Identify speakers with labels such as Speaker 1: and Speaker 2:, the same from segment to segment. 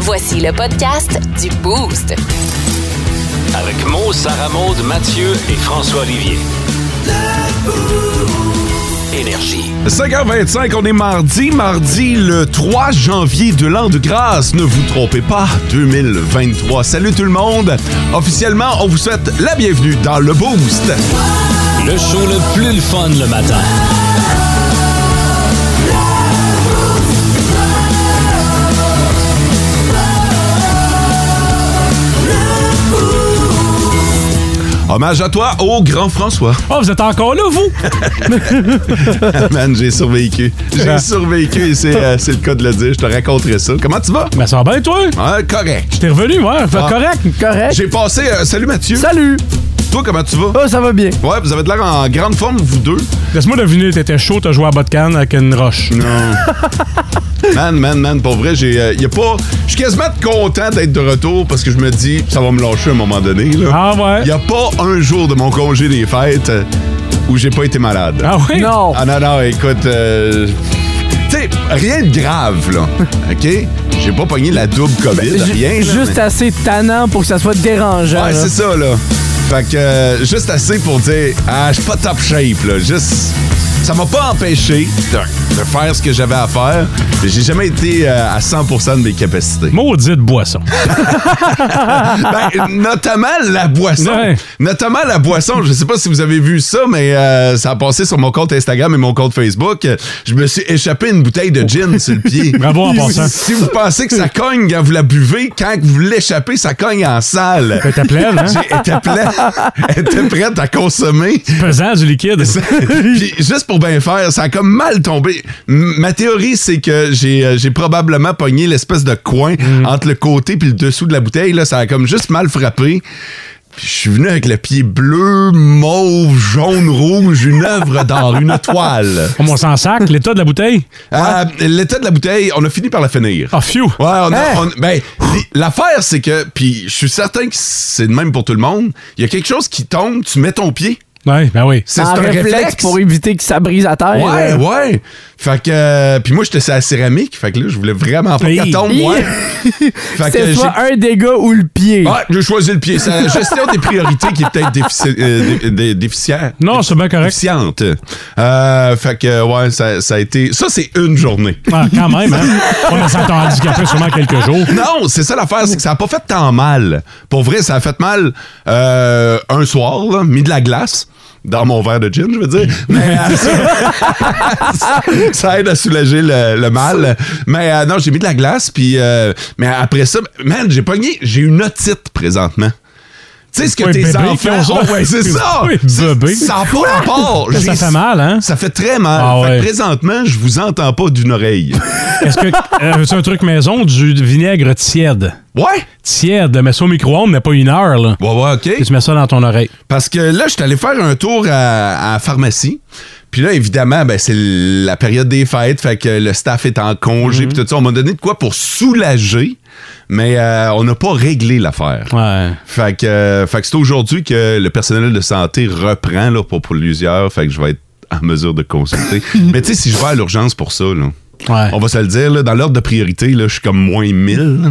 Speaker 1: Voici le podcast du Boost.
Speaker 2: Avec Mo, Sarah Maud, Mathieu et François Olivier. Énergie.
Speaker 3: 5h25, on est mardi, mardi le 3 janvier de l'an de grâce. Ne vous trompez pas, 2023. Salut tout le monde. Officiellement, on vous souhaite la bienvenue dans le Boost.
Speaker 2: Le show le plus le fun le matin.
Speaker 3: Hommage à toi, au grand François.
Speaker 4: Oh, vous êtes encore là, vous?
Speaker 3: Man, j'ai survécu. J'ai survécu et c'est euh, c'est le cas de le dire. Je te raconterai ça. Comment tu vas?
Speaker 4: Ben, ça va bien, toi?
Speaker 3: Ah, correct.
Speaker 4: T'es revenu, ouais. Fait
Speaker 3: Ah.
Speaker 4: correct.
Speaker 5: Correct.
Speaker 3: J'ai passé. euh, salut Mathieu.
Speaker 5: Salut.
Speaker 3: Toi, comment tu vas?
Speaker 5: Oh, ça va bien.
Speaker 3: Ouais, vous avez de l'air en grande forme, vous deux.
Speaker 4: Laisse-moi deviner, t'étais chaud, t'as joué à Botcan avec une roche.
Speaker 3: Man, man, man, pour vrai, j'ai. euh, y a pas. Je suis quasiment content d'être de retour parce que je me dis, ça va me lâcher à un moment donné, là.
Speaker 4: Ah ouais?
Speaker 3: Il a pas un jour de mon congé des fêtes euh, où j'ai pas été malade.
Speaker 4: Ah oui?
Speaker 5: Non.
Speaker 3: Ah non, non, écoute, euh, tu sais, rien de grave, là, OK? J'ai pas pogné la double COVID,
Speaker 5: Ben, Ju-
Speaker 3: rien. là,
Speaker 5: juste
Speaker 3: mais-
Speaker 5: assez tannant pour que ça soit dérangeant.
Speaker 3: Ouais,
Speaker 5: là.
Speaker 3: c'est ça, là. Fait que, euh, juste assez pour dire, ah, je suis pas top shape, là. Juste, ça m'a pas empêché de, de faire ce que j'avais à faire. J'ai jamais été euh, à 100 de mes capacités.
Speaker 4: Maudite boisson.
Speaker 3: Ben, notamment la boisson.
Speaker 4: Ouais.
Speaker 3: Notamment la boisson. Je sais pas si vous avez vu ça, mais euh, ça a passé sur mon compte Instagram et mon compte Facebook. Euh, Je me suis échappé une bouteille de gin sur le pied.
Speaker 4: Oh. Bravo en passant.
Speaker 3: Si vous pensez que ça cogne quand vous la buvez, quand vous l'échappez, ça cogne en salle.
Speaker 4: Elle était pleine, hein?
Speaker 3: Elle était, pleine, elle était prête à consommer.
Speaker 4: Pesant du liquide.
Speaker 3: Puis juste pour bien faire, ça a comme mal tombé. M- Ma théorie, c'est que j'ai euh, j'ai probablement pogné l'espèce de coin entre le côté puis le dessous de la bouteille. Là, ça a comme juste mal frappé. Puis je suis venu avec le pied bleu, mauve, jaune, rouge, une œuvre d'art, une toile.
Speaker 4: Comme on s'en sac, l'état de la bouteille.
Speaker 3: Euh, L'état de la bouteille, on a fini par la finir.
Speaker 4: Ah, phew.
Speaker 3: Ouais, on a-
Speaker 5: Hein?
Speaker 3: on- ben, li- l'affaire, c'est que, puis je suis certain que c'est le même pour tout le monde, il y a quelque chose qui tombe, tu mets ton pied,
Speaker 4: Ouais, ben oui.
Speaker 3: c'est c'est
Speaker 5: en
Speaker 3: un
Speaker 5: réflexe,
Speaker 3: réflexe.
Speaker 5: pour éviter que ça brise à terre.
Speaker 3: Ouais,
Speaker 5: Euh,
Speaker 3: ouais. Fait que. euh, puis moi, j'étais sur la céramique. Fait que là, je voulais vraiment pas qu'elle
Speaker 4: Hey.
Speaker 3: tombe. Ouais. fait que
Speaker 5: C'est
Speaker 3: j'ai.
Speaker 5: soit un dégât ou le pied.
Speaker 3: Ouais, j'ai choisi le pied. C'est la gestion des priorités qui est peut-être défici- euh, dé- dé- déficiente.
Speaker 4: Non, c'est bien correct.
Speaker 3: Déficiente. Euh, fait que, ouais, ça, ça a été. Ça, c'est une journée.
Speaker 4: Ah, quand même, hein? On a s'entend handicapé sûrement quelques jours.
Speaker 3: Non, c'est ça l'affaire, c'est que ça a pas fait tant mal. Pour vrai, ça a fait mal euh, un soir, là, mis de la glace dans mon verre de gin, je veux dire. Mais euh, ça, ça aide à soulager le, le mal. Mais euh, non, j'ai mis de la glace, puis euh, mais après ça, man, j'ai pogné, j'ai une otite présentement. Tu sais ce que
Speaker 4: Ouais,
Speaker 3: tes
Speaker 4: bébé qui
Speaker 3: enfants
Speaker 4: ont ça.
Speaker 3: ouais, c'est ça.
Speaker 4: Ouais,
Speaker 3: C'est-
Speaker 4: bébé.
Speaker 3: Ça a pas rapport.
Speaker 4: Ça, ça
Speaker 3: J'ai-
Speaker 4: fait mal, hein?
Speaker 3: Ça fait très mal.
Speaker 4: Ah
Speaker 3: Fait que
Speaker 4: ouais.
Speaker 3: présentement, je vous entends pas d'une oreille.
Speaker 4: Est-ce que. euh, c'est un truc maison, du vinaigre tiède.
Speaker 3: Ouais.
Speaker 4: Tiède, mais ça au micro-ondes, mais pas une heure, là.
Speaker 3: Ouais, ouais, ok.
Speaker 4: Et tu mets ça dans ton oreille.
Speaker 3: Parce que là, je suis allé faire un tour à, à la pharmacie. Puis là, évidemment, ben, c'est la période des fêtes, fait que le staff est en congé, puis tout ça. On m'a donné de quoi pour soulager, mais euh, on n'a pas réglé l'affaire.
Speaker 4: Ouais.
Speaker 3: Fait que, euh, fait que c'est aujourd'hui que le personnel de santé reprend là, pour, pour l'usure, fait que je vais être en mesure de consulter. mais tu sais, si je vais à l'urgence pour ça, là,
Speaker 4: Ouais.
Speaker 3: on va se le dire, là, dans l'ordre de priorité, là, je suis comme moins 1000. là.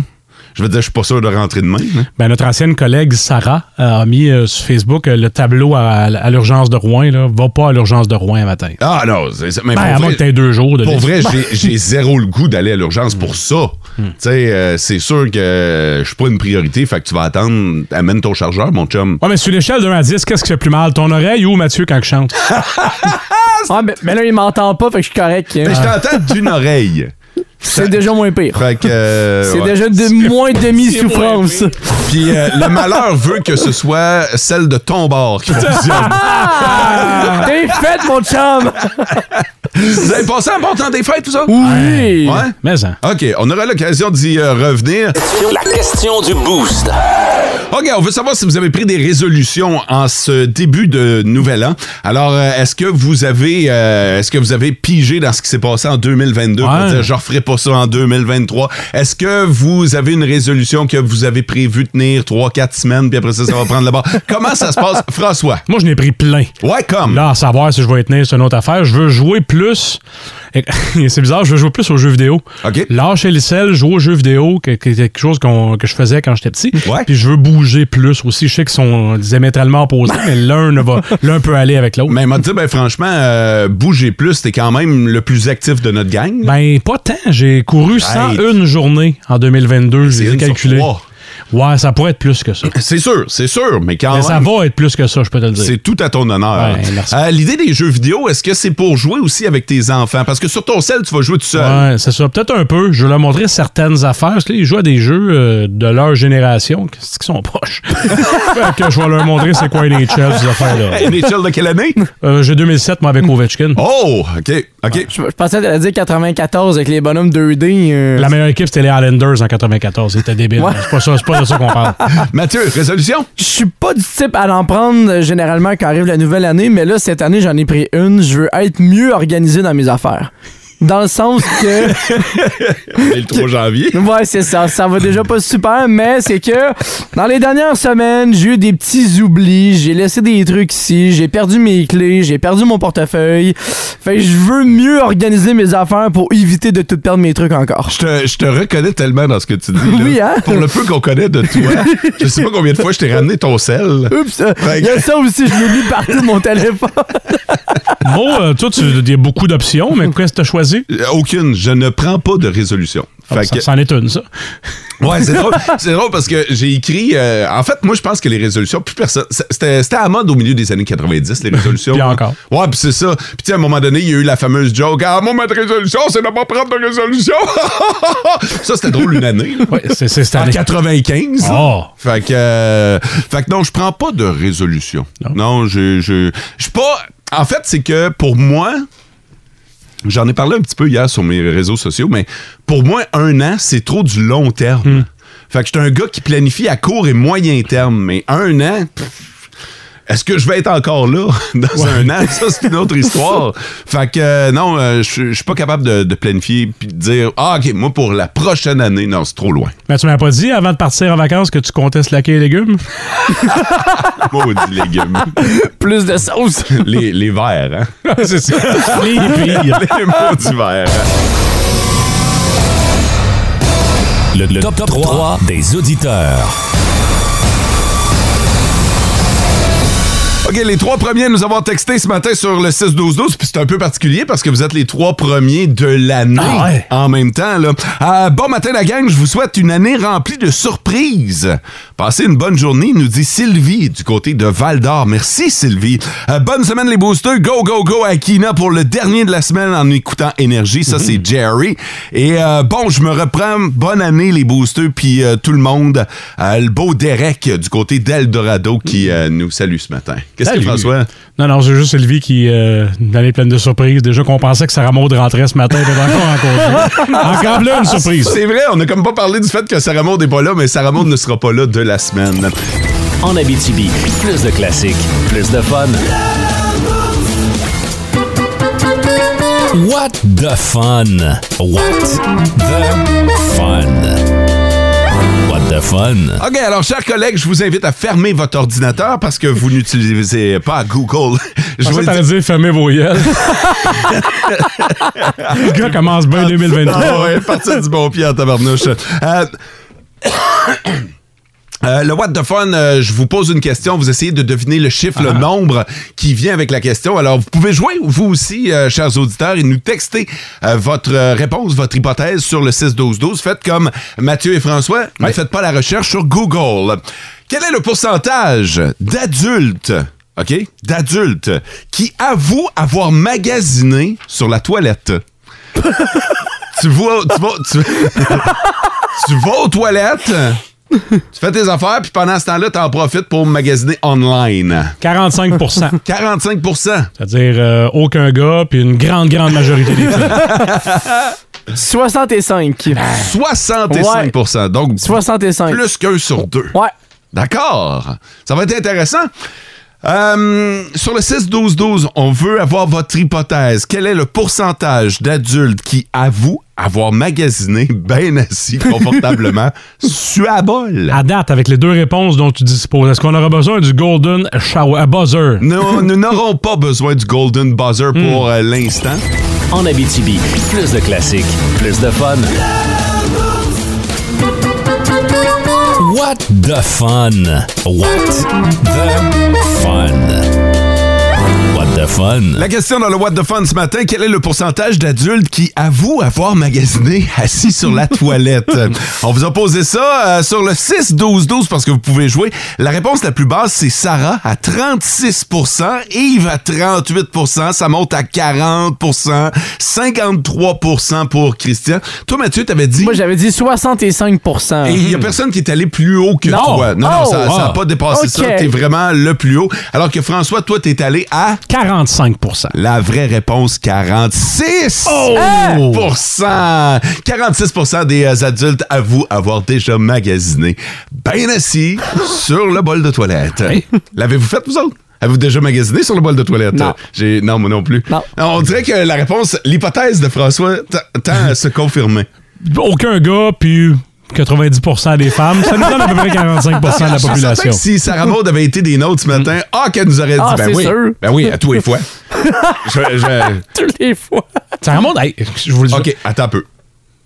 Speaker 3: Je veux dire, je suis pas sûr de rentrer demain. là.
Speaker 4: Ben, notre ancienne collègue Sarah euh, a mis euh, sur Facebook euh, le tableau à, à l'urgence de Rouen. Là. Va pas à l'urgence de Rouen un matin.
Speaker 3: Ah non, c'est, c'est- mais
Speaker 4: Ben,
Speaker 3: pour
Speaker 4: à moins
Speaker 3: vrai-
Speaker 4: que t'aies deux jours de
Speaker 3: Pour
Speaker 4: délai.
Speaker 3: vrai, j'ai- j'ai zéro le goût d'aller à l'urgence pour ça.
Speaker 4: Hmm.
Speaker 3: Tu sais, euh, c'est sûr que euh, je suis pas une priorité, fait que tu vas attendre, amène ton chargeur, mon chum.
Speaker 4: Ouais, mais sur l'échelle de 1 à 10, qu'est-ce qui fait plus mal? Ton oreille ou Mathieu quand je chante?
Speaker 5: Ah, mais, mais là, il m'entend pas, fait que je suis correct.
Speaker 3: Mais je
Speaker 5: Ah.
Speaker 3: t'entends d'une oreille.
Speaker 5: C'est déjà moins pire.
Speaker 3: Fait que. euh,
Speaker 5: C'est
Speaker 3: ouais.
Speaker 5: déjà de moins demi-souffrance.
Speaker 3: Puis euh, le malheur veut que ce soit celle de ton bord qui fonctionne.
Speaker 5: Ah! T'es fait, mon chum!
Speaker 3: Vous avez passé un bon temps des fêtes, tout ça?
Speaker 5: Oui!
Speaker 3: Ouais?
Speaker 4: Mais hein.
Speaker 3: OK, on aura l'occasion d'y euh, revenir.
Speaker 2: La question du boost.
Speaker 3: OK, on veut savoir si vous avez pris des résolutions en ce début de nouvel an. Alors, euh, est-ce que vous avez euh, est-ce que vous avez pigé dans ce qui s'est passé en 2022 pour
Speaker 4: Ouais.
Speaker 3: dire je referai pas ça en 2023? Est-ce que vous avez une résolution que vous avez prévu tenir 3 4 semaines puis après ça ça va prendre le bord? Comment ça se passe François?
Speaker 4: Moi, je n'ai pris plein.
Speaker 3: Ouais, comme.
Speaker 4: Là, à savoir si je vais y tenir, c'est une autre affaire. Je veux jouer plus plus. et C'est bizarre, je veux jouer plus aux jeux vidéo.
Speaker 3: OK.
Speaker 4: Lâcher les selles, jouer aux jeux vidéo, que- que- quelque chose qu'on- que je faisais quand j'étais petit.
Speaker 3: Ouais.
Speaker 4: Puis je veux bouger plus aussi. Je sais qu'ils sont diamétralement opposés, mais l'un ne va- l'un peut aller avec l'autre.
Speaker 3: Mais il m'a dit, ben franchement, euh, bouger plus, t'es quand même le plus actif de notre gang.
Speaker 4: Ben, pas tant. J'ai couru 101 journées en 2022.
Speaker 3: c'est
Speaker 4: J'ai
Speaker 3: une sur
Speaker 4: calculé.
Speaker 3: trois.
Speaker 4: Ouais, ça pourrait être plus que ça.
Speaker 3: c'est sûr, c'est sûr, mais quand
Speaker 4: Mais ça
Speaker 3: même,
Speaker 4: va être plus que ça, je peux te le dire.
Speaker 3: c'est tout à ton honneur.
Speaker 4: Ouais, merci.
Speaker 3: Euh, L'idée des jeux vidéo, est-ce que c'est pour jouer aussi avec tes enfants? Parce que sur ton sel, tu vas jouer tout seul.
Speaker 4: Ouais, c'est ça. Peut-être un peu. Je vais leur montrer certaines affaires. Parce que là, ils jouent à des jeux euh, de leur génération. Qu'est-ce qu'ils sont poches? fait que je vais leur montrer c'est quoi les chefs, ces affaires-là.
Speaker 3: Hey, NHL de quelle année?
Speaker 4: Euh, J'ai 2007, moi, avec Ovechkin.
Speaker 3: Oh, OK, OK.
Speaker 5: Je, je pensais à dire 94 avec les bonhommes 2D. euh,
Speaker 4: La meilleure équipe, c'était les Islanders en 94. C'était débile.
Speaker 5: Ouais.
Speaker 4: C'est pas ça- c'est pas de ça qu'on parle.
Speaker 3: Mathieu, résolution?
Speaker 5: Je suis pas du type à l'en prendre euh, généralement quand arrive la nouvelle année, mais là, cette année, j'en ai pris une. Je veux être mieux organisé dans mes affaires. Dans le sens que.
Speaker 3: C'est le 3 janvier.
Speaker 5: Ouais, c'est ça. Ça va déjà pas super, mais c'est que dans les dernières semaines, j'ai eu des petits oublis, j'ai laissé des trucs ici, j'ai perdu mes clés, j'ai perdu mon portefeuille. Fait que je veux mieux organiser mes affaires pour éviter de tout perdre mes trucs encore.
Speaker 3: Je te, je te reconnais tellement dans ce que tu dis. là.
Speaker 5: Oui, hein?
Speaker 3: Pour le peu qu'on connaît de toi, je sais pas combien de fois je t'ai ramené ton sel.
Speaker 5: Oups! euh, Il y a ça aussi, je l'oublie partout mon téléphone.
Speaker 4: Mo, euh, toi, tu- il y a beaucoup d'options, mais qu'est-ce que tu as choisi? Ah,
Speaker 3: Euh, Aucune. Je ne prends pas de résolution. Fait
Speaker 4: ben, Ça-
Speaker 3: que-
Speaker 4: C'en est une, ça.
Speaker 3: Ouais, c'est drôle. C'est drôle parce que j'ai écrit. euh, en fait, moi, je pense que les résolutions, plus personne. C'était c'était à la mode au milieu des années 90, les résolutions.
Speaker 4: Puis encore.
Speaker 3: Ouais, puis c'est ça. Puis, tu sais, à un moment donné, il y a eu la fameuse joke Ah, moi, ma résolution, c'est de pas prendre de résolution. ça, c'était drôle une année. là.
Speaker 4: Ouais, c'est c'est cette
Speaker 3: En
Speaker 4: année.
Speaker 3: 95.
Speaker 4: Oh.
Speaker 3: Fait que, euh, fait que non, je prends pas de résolution.
Speaker 4: Non.
Speaker 3: Non, je, je, je suis pas. En fait, c'est que pour moi, j'en ai parlé un petit peu hier sur mes réseaux sociaux, mais pour moi, un an, c'est trop du long terme.
Speaker 4: Hmm.
Speaker 3: Fait que je suis un gars qui planifie à court et moyen terme, mais un an. pff, Est-ce que je vais être encore là dans un an? Ça, c'est une autre histoire. Fait que euh, non, euh, je je suis pas capable de, de planifier puis de dire Ah, OK, moi, pour la prochaine année, non, c'est trop loin.
Speaker 4: Mais tu m'as pas dit avant de partir en vacances que tu comptais slacker les légumes?
Speaker 3: Maudit légumes.
Speaker 5: Plus de sauce.
Speaker 3: les, les verts, hein?
Speaker 4: c'est ça. Les billes.
Speaker 3: les maudits verts.
Speaker 2: Le, le top, 3, des auditeurs.
Speaker 3: OK, les trois premiers à nous avoir texté ce matin sur le 6-12-12, puis c'est un peu particulier parce que vous êtes les trois premiers de l'année
Speaker 4: Ah ouais.
Speaker 3: en même temps. Là. Euh, bon matin, la gang, je vous souhaite une année remplie de surprises. Passez une bonne journée, nous dit Sylvie du côté de Val-d'Or. Merci, Sylvie. Euh, bonne semaine, les boosters. Go, go, go à Kina pour le dernier de la semaine en écoutant Énergie. Ça, c'est Jerry. Et euh, bon, je me reprends. Bonne année, les boosters, puis euh, tout le monde. Euh, le beau Derek euh, du côté d'Eldorado qui euh, nous salue ce matin. Qu'est-ce que
Speaker 4: Salut.
Speaker 3: François?
Speaker 4: Non, non, c'est juste Sylvie qui euh, une année pleine de surprises. Déjà qu'on pensait que Sarah Maud rentrait ce matin, elle est encore en congé. Encore là, une surprise.
Speaker 3: C'est vrai, on n'a comme pas parlé du fait que Sarah Maud n'est pas là, mais Sarah Maud ne sera pas là de la semaine.
Speaker 2: En Abitibi, plus de classiques, plus de fun. What the fun? What the fun? What the fun?
Speaker 3: OK, alors, chers collègues, je vous invite à fermer votre ordinateur parce que vous n'utilisez pas Google. Je
Speaker 4: Je
Speaker 3: vous le
Speaker 4: pensais que t'allais dire fermez vos yeux. le gars commence bien 2022.
Speaker 3: Ah ouais, partir du bon pied en tabarnouche. Euh, euh, le What the Fun, euh, je vous pose une question. Vous essayez de deviner le chiffre, le nombre qui vient avec la question. Alors, vous pouvez jouer, vous aussi, euh, chers auditeurs, et nous texter euh, votre euh, réponse, votre hypothèse sur le 6-12-12. Faites comme Mathieu et François, ne faites pas la recherche sur Google. Quel est le pourcentage d'adultes, OK, d'adultes qui avouent avoir magasiné sur la toilette? tu vois, tu vas, tu, tu vas aux toilettes, tu fais tes affaires, puis pendant ce temps-là, t'en profites pour magasiner online.
Speaker 4: 45
Speaker 3: 45
Speaker 4: C'est-à-dire euh, aucun gars, puis une grande, grande majorité des filles.
Speaker 5: 65.
Speaker 3: 65 Donc,
Speaker 5: 65.
Speaker 3: plus qu'un sur deux.
Speaker 5: Ouais.
Speaker 3: D'accord. Ça va être intéressant. Euh, sur le 6-12-12, on veut avoir votre hypothèse. Quel est le pourcentage d'adultes qui avouent avoir magasiné bien assis confortablement sur la bol?
Speaker 4: À date, avec les deux réponses dont tu disposes, est-ce qu'on aura besoin du Golden Shower Buzzer?
Speaker 3: Nous nous n'aurons pas besoin du Golden Buzzer pour euh, l'instant.
Speaker 2: en Abitibi. Plus de classiques, plus de fun. What the fun? What the fun? What the fun?
Speaker 3: La question dans le What the Fun ce matin, quel est le pourcentage d'adultes qui avouent avoir magasiné assis sur la toilette? On vous a posé ça euh, sur le 6-12-12 parce que vous pouvez jouer. La réponse la plus basse, c'est Sarah à 36 Yves à 38 ça monte à 40 53 pour Christian. Toi, Mathieu, t'avais dit...
Speaker 5: Moi, j'avais dit 65
Speaker 3: Et il n'y a personne qui est allé plus haut que
Speaker 5: Mhm. Non.
Speaker 3: toi. Non, non,
Speaker 5: Oh!
Speaker 3: ça n'a
Speaker 4: Ah.
Speaker 3: pas dépassé ça.
Speaker 5: Ok.
Speaker 3: T'es vraiment le plus haut. Alors que François, toi, t'es allé à
Speaker 4: 45
Speaker 3: la vraie réponse, 46
Speaker 5: Oh.
Speaker 3: pourcent. 46 des euh, adultes avouent avoir déjà magasiné bien assis sur le bol de toilette.
Speaker 4: Hey.
Speaker 3: L'avez-vous fait, vous autres? Avez-vous déjà magasiné sur le bol de toilette?
Speaker 5: Non.
Speaker 3: J'ai... non moi non plus.
Speaker 5: Non.
Speaker 3: On dirait que la réponse, l'hypothèse de François t- tend à se confirmer.
Speaker 4: Aucun gars, puis 90 des femmes. Ça nous donne à peu près 45 de la
Speaker 3: Je suis certain
Speaker 4: population.
Speaker 3: que si Sarah Maud avait été des nôtres ce matin, ah, qu'elle nous aurait dit,
Speaker 5: Ah,
Speaker 3: ben
Speaker 5: c'est
Speaker 3: oui.
Speaker 5: sûr.
Speaker 3: Ben oui, à tous les fois. je, je-
Speaker 5: Toutes les fois.
Speaker 4: Ça remonte. hey, je vous le dis.
Speaker 3: OK, attends un peu.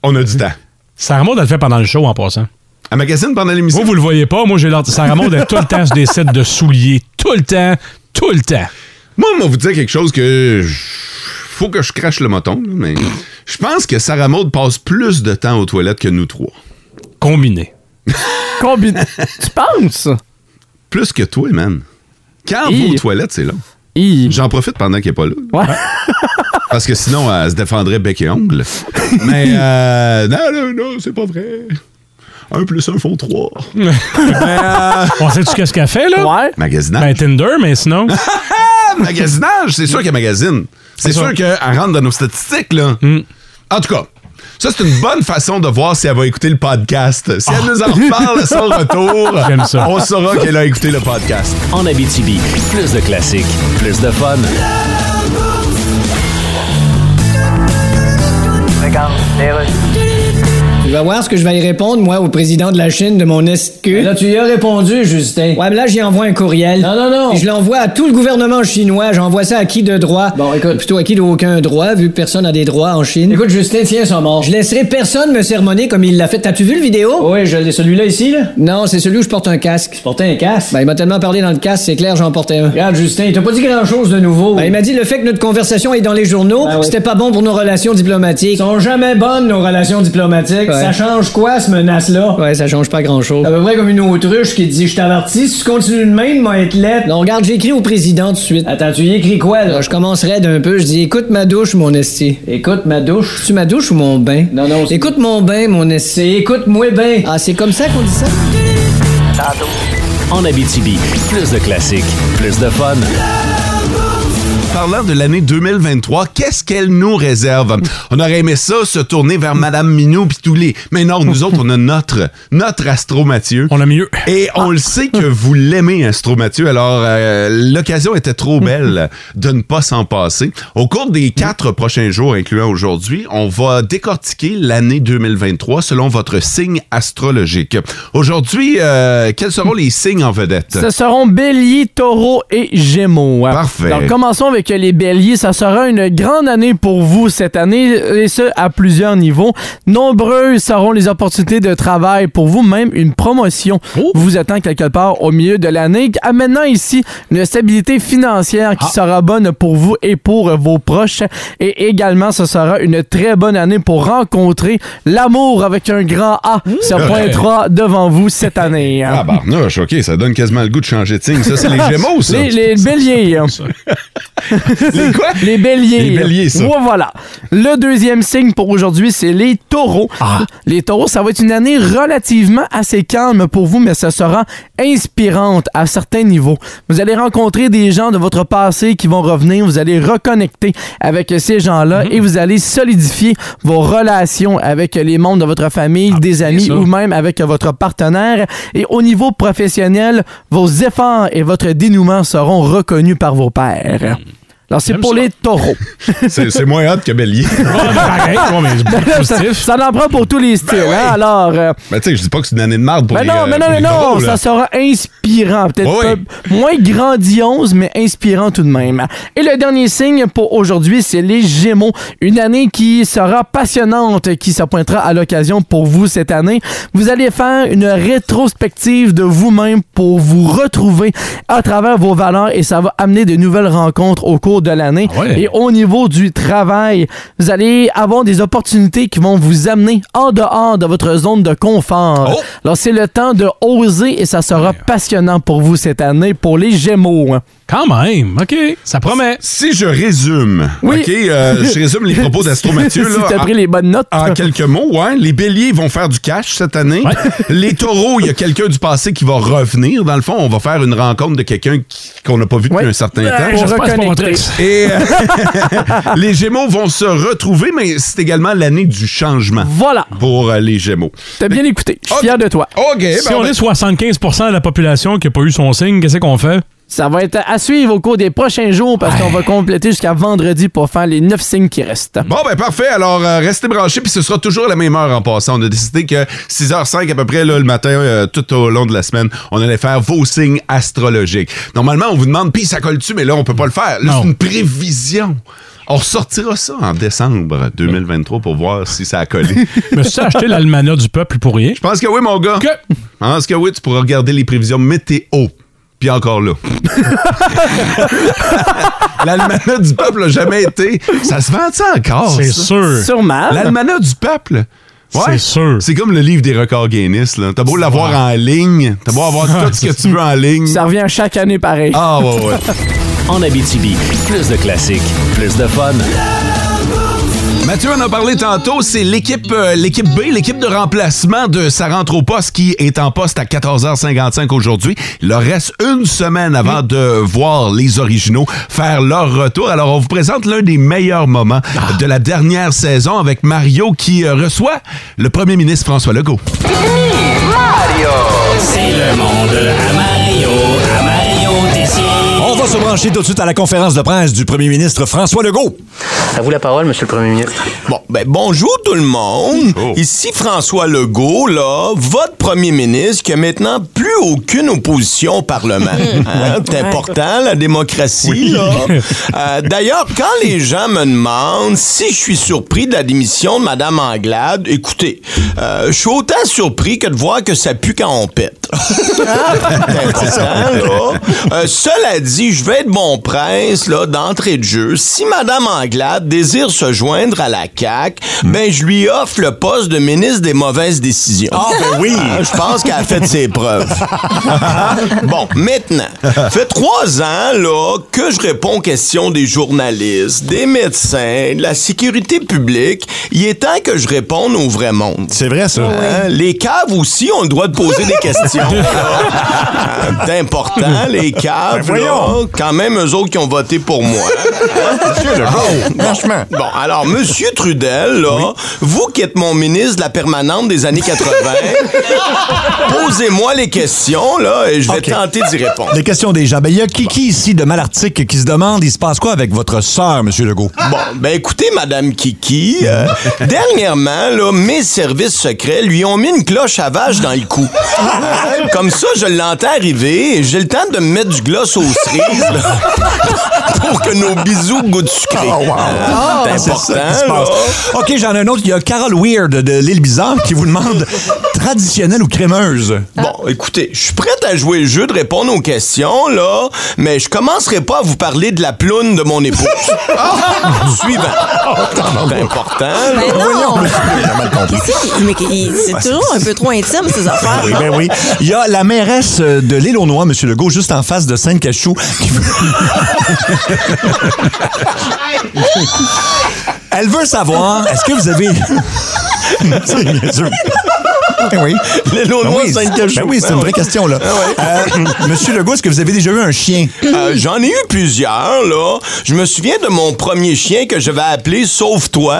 Speaker 3: On a du temps.
Speaker 4: Ça remonte, elle le fait pendant le show en passant.
Speaker 3: À magazine pendant l'émission.
Speaker 4: Vous, vous le voyez pas. Moi, j'ai l'ordre. Sarah Maud est tout le temps sur des sets de souliers. Tout le temps. Tout le temps.
Speaker 3: Moi, on va vous dire quelque chose que je- faut que je crache le moton, là, mais je pense que Sarah Maud passe plus de temps aux toilettes que nous trois.
Speaker 4: Combiné.
Speaker 5: Combien. tu penses?
Speaker 3: Plus que toi, man. Quand
Speaker 5: Hi.
Speaker 3: vous aux toilettes, c'est long.
Speaker 5: Hi.
Speaker 3: J'en profite pendant qu'elle n'est pas là.
Speaker 5: Ouais.
Speaker 3: Parce que sinon, euh, elle se défendrait bec et ongle. Mais euh, non, non, non, c'est pas vrai. Un plus un font trois.
Speaker 4: On sait-tu qu'est-ce qu'elle fait, là?
Speaker 5: Ouais.
Speaker 4: euh, Ben,
Speaker 3: Magasinage. Ah,
Speaker 4: Tinder, mais sinon.
Speaker 3: Magasinage, c'est sûr qu'elle magasine. C'est
Speaker 4: ça. Mm.
Speaker 3: sûr qu'elle rentre dans nos statistiques, là. En tout cas, ça, c'est une bonne façon de voir si elle va écouter le podcast. Si elle nous en reparle à son retour,
Speaker 4: Ah. J'aime ça.
Speaker 3: on saura qu'elle a écouté le podcast.
Speaker 2: En Abitibi, plus de classiques, plus de fun.
Speaker 6: Tu vas voir ce que je vais y répondre, moi, au président de la Chine de mon SQ.
Speaker 7: Ben Là, tu y as répondu, Justin.
Speaker 6: Ouais, mais là, j'y envoie un courriel.
Speaker 7: Non, non, non.
Speaker 6: Et je l'envoie à tout le gouvernement chinois. J'envoie ça à qui de droit?
Speaker 7: Bon, écoute.
Speaker 6: Plutôt à qui d'aucun droit, vu que personne n'a des droits en Chine.
Speaker 7: Écoute, Justin, tiens son mort.
Speaker 6: Je laisserai personne me sermonner comme il l'a fait. T'as-tu vu le vidéo?
Speaker 7: Oui, je l'ai. Celui-là ici, là?
Speaker 6: Non, c'est celui où je porte un casque.
Speaker 7: Portait un casque.
Speaker 6: Ben, il m'a tellement parlé dans le casque, c'est clair, j'en portais un.
Speaker 7: Regarde, Justin, il t'a pas dit grand-chose de nouveau.
Speaker 6: Ben, il m'a dit le fait que notre conversation est dans les journaux,
Speaker 7: Ah oui.
Speaker 6: c'était pas bon pour nos relations diplomatiques.
Speaker 7: Ils sont jamais bonnes, nos relations diplomatiques.
Speaker 6: Ouais.
Speaker 7: Ça change quoi, ce menace-là?
Speaker 6: Ouais, ça change pas grand-chose.
Speaker 7: C'est à peu près comme une autruche qui dit « Je t'avertis, si tu continues de même, moi, être lettre.
Speaker 6: Non, regarde, j'écris au président tout de suite.
Speaker 7: Attends, tu y écris quoi, là?
Speaker 6: Alors, je commencerai d'un peu, je dis écoute ma douche, mon esti.
Speaker 7: Écoute ma douche.
Speaker 6: Tu ma douche ou mon bain?
Speaker 7: Non, non, c'est-
Speaker 6: Écoute mon bain, mon esti.
Speaker 7: C'est écoute-moi bien.
Speaker 6: Ah, c'est comme ça qu'on dit ça?
Speaker 2: En Abitibi, plus de classiques, plus de fun.
Speaker 3: Parlant de l'année 2023, qu'est-ce qu'elle nous réserve? On aurait aimé ça, se tourner vers Madame Minou puis tous les... Mais non, nous autres, on a notre, notre Astro Mathieu.
Speaker 4: On a mieux.
Speaker 3: Et on le sait que vous l'aimez, Astro Mathieu. Alors, euh, l'occasion était trop belle de ne pas s'en passer. Au cours des quatre prochains jours, incluant aujourd'hui, on va décortiquer l'année 2023 selon votre signe astrologique. Aujourd'hui, euh, quels seront les signes en vedette?
Speaker 5: Ce seront bélier, taureau et gémeaux.
Speaker 3: Parfait.
Speaker 5: Alors commençons avec les béliers. Ça sera une grande année pour vous cette année et ce à plusieurs niveaux. Nombreuses seront les opportunités de travail pour vous, même une promotion
Speaker 3: Oh.
Speaker 5: vous attend quelque part au milieu de l'année. Amenant ici une stabilité financière
Speaker 3: Ah.
Speaker 5: qui sera bonne pour vous et pour vos proches. Et également, ce sera une très bonne année pour rencontrer l'amour avec un grand A. Ce point 3 devant vous cette année.
Speaker 3: Mmh. Ah, barnouche, OK, ça donne quasiment le goût de changer de signe. Ça, c'est les Gémeaux, ça?
Speaker 5: Les, hein. les béliers.
Speaker 3: Les quoi?
Speaker 5: Les béliers.
Speaker 3: Les béliers, ça.
Speaker 5: Ouais, voilà. Le deuxième signe pour aujourd'hui, c'est les taureaux.
Speaker 3: Ah.
Speaker 5: Les taureaux, ça va être une année relativement assez calme pour vous, mais ça sera inspirante à certains niveaux. Vous allez rencontrer des gens de votre passé qui vont revenir. Vous allez reconnecter avec ces gens-là
Speaker 3: Mhm.
Speaker 5: et vous allez solidifier vos relations avec les membres de votre famille,
Speaker 3: Ah,
Speaker 5: des amis
Speaker 4: ça.
Speaker 5: ou même avec votre partenaire. Et au niveau
Speaker 3: Hmm.
Speaker 5: professionnel, vos efforts et votre dénouement seront reconnus par vos pairs. Alors, c'est
Speaker 4: J'aime
Speaker 5: pour
Speaker 4: ça.
Speaker 5: les taureaux.
Speaker 3: C'est c'est moins hot que Bélier.
Speaker 4: Ouais, mais ben, pareil, ouais, mais c'est beaucoup
Speaker 5: ça,
Speaker 4: positif.
Speaker 5: ça en prend pour tous les styles. hein. Alors, euh,
Speaker 3: Mais tu sais, je dis pas que c'est une année de marde Ben pour
Speaker 5: mais
Speaker 3: les
Speaker 5: non,
Speaker 3: euh,
Speaker 5: mais non,
Speaker 3: pour
Speaker 5: mais
Speaker 3: les
Speaker 5: non,
Speaker 3: taureaux, là.
Speaker 5: ça sera inspirant. Peut-être
Speaker 3: Oui.
Speaker 5: pas- moins grandiose, mais inspirant tout de même. Et le dernier signe pour aujourd'hui, c'est les Gémeaux. Une année qui sera passionnante, qui s'appointera à l'occasion pour vous cette année. Vous allez faire une rétrospective de vous-même pour vous retrouver à travers vos valeurs et ça va amener de nouvelles rencontres au cours de l'année.
Speaker 4: Ah ouais.
Speaker 5: Et au niveau du travail, vous allez avoir des opportunités qui vont vous amener en dehors de votre zone de confort.
Speaker 3: Oh!
Speaker 5: Alors, c'est le temps de oser et ça sera passionnant pour vous cette année pour les Gémeaux. hein.
Speaker 4: Quand même, OK, ça promet.
Speaker 3: Si je résume,
Speaker 5: Oui.
Speaker 3: OK, euh, je résume les propos d'Astro Mathieu.
Speaker 5: si
Speaker 3: là,
Speaker 5: t'as
Speaker 3: en-
Speaker 5: pris les bonnes notes.
Speaker 3: En quelques mots, ouais, les béliers vont faire du cash cette année. Les taureaux, il y a quelqu'un du passé qui va revenir. Dans le fond, on va faire une rencontre de quelqu'un qui- qu'on n'a pas vu depuis
Speaker 5: Ouais.
Speaker 3: un certain
Speaker 5: Ouais,
Speaker 3: temps.
Speaker 5: Pour
Speaker 4: J'espère que c'est pas votre
Speaker 5: reconnecter.
Speaker 4: ex.
Speaker 3: Et euh, les gémeaux vont se retrouver, mais c'est également l'année du changement
Speaker 5: Voilà.
Speaker 3: pour euh, les gémeaux.
Speaker 5: T'as bien écouté. Je suis
Speaker 3: Ok.
Speaker 5: fier de toi.
Speaker 3: OK, ben,
Speaker 4: Si on
Speaker 3: ben,
Speaker 4: est 75 de la population qui n'a pas eu son signe, qu'est-ce qu'on fait?
Speaker 5: Ça va être à suivre au cours des prochains jours parce qu'on va compléter jusqu'à vendredi pour faire les neuf signes qui restent.
Speaker 3: Bon, ben parfait. Alors, euh, restez branchés, puis ce sera toujours à la même heure en passant. On a décidé que 6h05 à peu près, là, le matin, euh, tout au long de la semaine, on allait faire vos signes astrologiques. Normalement, on vous demande, puis ça colle-tu, mais là, on peut pas le faire. Là,
Speaker 4: Non.
Speaker 3: c'est une prévision. On ressortira ça en décembre 2023 pour voir si ça a collé.
Speaker 4: Je me suis acheté l'almanach du peuple pour rien.
Speaker 3: Je pense que oui, mon gars.
Speaker 4: Que-
Speaker 3: Je pense que oui, tu pourras regarder les prévisions météo. Puis encore là. L'almanach du peuple n'a jamais été. Ça se vend ça encore?
Speaker 4: C'est
Speaker 3: ça?
Speaker 4: sûr.
Speaker 5: Sûrement.
Speaker 3: L'almanach du peuple.
Speaker 4: C'est sûr.
Speaker 3: C'est comme le livre des records Guinness. là. T'as beau l'avoir en ligne, t'as beau
Speaker 4: Ah,
Speaker 3: avoir tout ce que tu veux en ligne.
Speaker 5: Ça revient chaque année pareil.
Speaker 3: Ah ouais, ouais.
Speaker 2: En Abitibi, plus de classiques, plus de fun.
Speaker 3: Mathieu en a parlé tantôt, c'est l'équipe euh, l'équipe B, l'équipe de remplacement de sa rentre au poste qui est en poste à 14h55 aujourd'hui. Il leur reste une semaine avant de voir les originaux faire leur retour. Alors on vous présente l'un des meilleurs moments
Speaker 4: Ah.
Speaker 3: de la dernière saison avec Mario qui euh, reçoit le premier ministre François Legault.
Speaker 2: C'est le monde à Mario, à Mario
Speaker 8: On va se brancher tout de suite à la conférence de presse du premier ministre François Legault.
Speaker 9: À vous la parole, Monsieur le Premier ministre.
Speaker 10: Bon, ben bonjour tout le monde. Ici François Legault, là, votre premier ministre qui a maintenant plus aucune opposition au Parlement. Hein, C'est important, la démocratie, là. Euh, D'ailleurs, quand les gens me demandent si je suis surpris de la démission de Mme Anglade, écoutez, euh, je suis autant surpris que de voir que ça pue quand on pète. C'est important, là. Euh, cela dit, je vais être bon prince là d'entrée de jeu. Si Madame Anglade désire se joindre à la CAC, ben je lui offre le poste de ministre des mauvaises décisions. Ah ben oui. je pense qu'elle a fait ses preuves. bon, maintenant, fait trois ans là que je réponds aux questions des journalistes, des médecins, de la sécurité publique. Il est temps que je réponde au vrai monde.
Speaker 8: C'est vrai, ça.
Speaker 10: Hein? Les caves aussi ont le droit de poser des questions. là. C'est important, les caves.
Speaker 8: Ben voyons.
Speaker 10: là. quand même, eux autres qui ont voté pour moi. Ah, Bon,
Speaker 8: Franchement.
Speaker 10: Bon, alors, Monsieur Trudel, là, vous qui êtes mon ministre de la permanente des années 80, posez-moi les questions, là, et je vais
Speaker 8: OK.
Speaker 10: tenter d'y répondre.
Speaker 8: Les questions des gens. Ben, il y a Kiki ici de Malartic qui se demande, il se passe quoi avec votre sœur, M. Legault?
Speaker 10: Bon, ben écoutez, Madame Kiki, euh, dernièrement, là, mes services secrets lui ont mis une cloche à vache dans le cou. Comme ça, je l'entends arriver et j'ai le temps de me mettre du gloss aux cerises là, pour que nos bisous goûtent sucré.
Speaker 8: Ah,
Speaker 10: c'est
Speaker 8: c'est ça qui se
Speaker 10: important,
Speaker 8: passe. OK, j'en ai un autre. Il y a Carol Weird de l'île Bizarre qui vous demande traditionnelle ou crémeuse?
Speaker 10: Bon, écoutez, je suis prête à jouer le jeu de répondre aux questions, là, mais je commencerai pas à vous parler de la ploune de mon épouse. Suivant. C'est important, là.
Speaker 11: Mais non!
Speaker 8: J'ai mal compris.
Speaker 11: Qu'est-ce qu'il- mais qu'il- C'est toujours un peu trop intime, ces affaires.
Speaker 8: Oui, ben oui. Il y a la mairesse euh, de l'île aux Noix, M. Legault, juste en face de Sainte-Cachou, qui veut... Elle veut savoir, est-ce que vous avez... C'est bien sûr. Ben oui.
Speaker 10: Le lot de
Speaker 8: Ben
Speaker 10: moi,
Speaker 8: oui,
Speaker 10: c'est une question.
Speaker 8: ben oui, c'est une
Speaker 10: Ben
Speaker 8: vraie
Speaker 10: oui.
Speaker 8: question, là. Euh, Monsieur Legault, est-ce que vous avez déjà eu un chien?
Speaker 10: Euh, J'en ai eu plusieurs, là. Je me souviens de mon premier chien que je vais appeler Sauve-toi,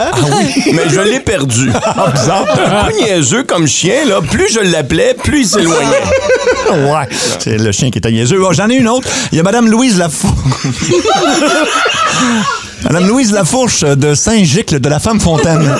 Speaker 10: mais je l'ai perdu.
Speaker 8: Ah, bizarre.
Speaker 10: C'était un peu niaiseux comme chien, là. Plus je l'appelais, plus il s'éloignait.
Speaker 8: Ouais, c'est le chien qui est niaiseux. Oh, J'en ai une autre. Il y a Madame Louise Lafourche. Madame Louise Lafourche de Saint-Gicle de la Femme Fontaine.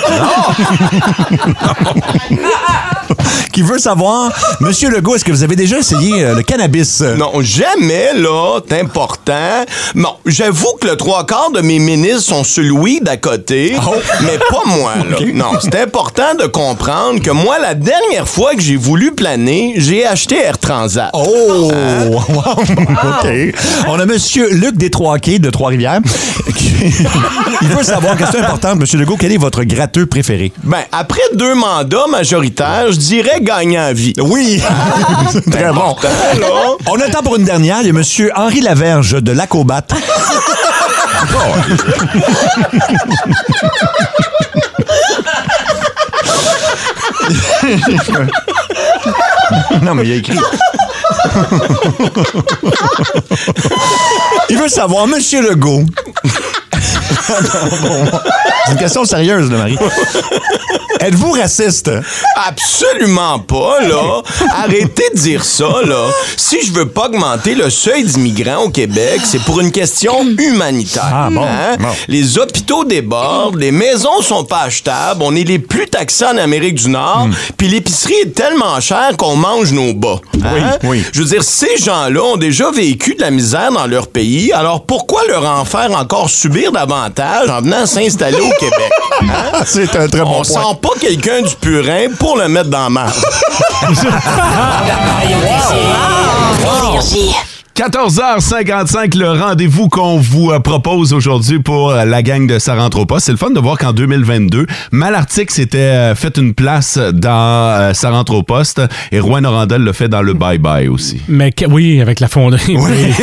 Speaker 8: qui veut savoir, Monsieur Legault, est-ce que vous avez déjà essayé euh, le cannabis?
Speaker 10: Non, jamais, là, c'est important. Bon, j'avoue que le trois quarts de mes ministres sont sur Louis d'à côté,
Speaker 8: Ah, oh.
Speaker 10: mais pas moi, là. Non, c'est important de comprendre que moi, la dernière fois que j'ai voulu planer, j'ai acheté Air Transat.
Speaker 8: Oh!
Speaker 10: Hein?
Speaker 8: Wow. OK. On a Monsieur Luc des Trois-Quais de Trois-Rivières. qui- Il veut savoir, question importante, Monsieur Legault, quel est votre gratteux préféré?
Speaker 10: Ben, après deux mandats majoritaires, je dirais gagnant à vie.
Speaker 8: Oui! Très bon. On a le temps pour une dernière. Il y a M. Henri Laverge de Lacobat. non, mais il a écrit. il veut savoir, M. Legault. C'est une question sérieuse, là, Marie. Êtes-vous raciste?
Speaker 10: Absolument pas, là. Arrêtez de dire ça, là. Si je veux pas augmenter le seuil d'immigrants au Québec, c'est pour une question humanitaire. hein?
Speaker 8: Ah, bon, bon.
Speaker 10: Les hôpitaux débordent, les maisons sont pas achetables, on est les plus taxés en Amérique du
Speaker 8: Hmm.
Speaker 10: Nord, puis l'épicerie est tellement chère qu'on mange nos bas. hein?
Speaker 8: oui.
Speaker 10: Je veux dire, ces gens-là ont déjà vécu de la misère dans leur pays, alors pourquoi leur en faire encore subir davantage en venant s'installer au Québec? hein?
Speaker 8: C'est un très bon
Speaker 10: On
Speaker 8: point.
Speaker 10: sent pas quelqu'un du purin pour le mettre dans la marde.
Speaker 3: 14h55, le rendez-vous qu'on vous euh, propose aujourd'hui pour euh, la gang de Ça rentre au pas. C'est le fun de voir qu'en 2022, Malartic s'était euh, fait une place dans euh, Ça rentre au poste et Rouen Norandel l'a fait dans le bye-bye aussi.
Speaker 4: Mais que- oui, avec la fonderie. oui.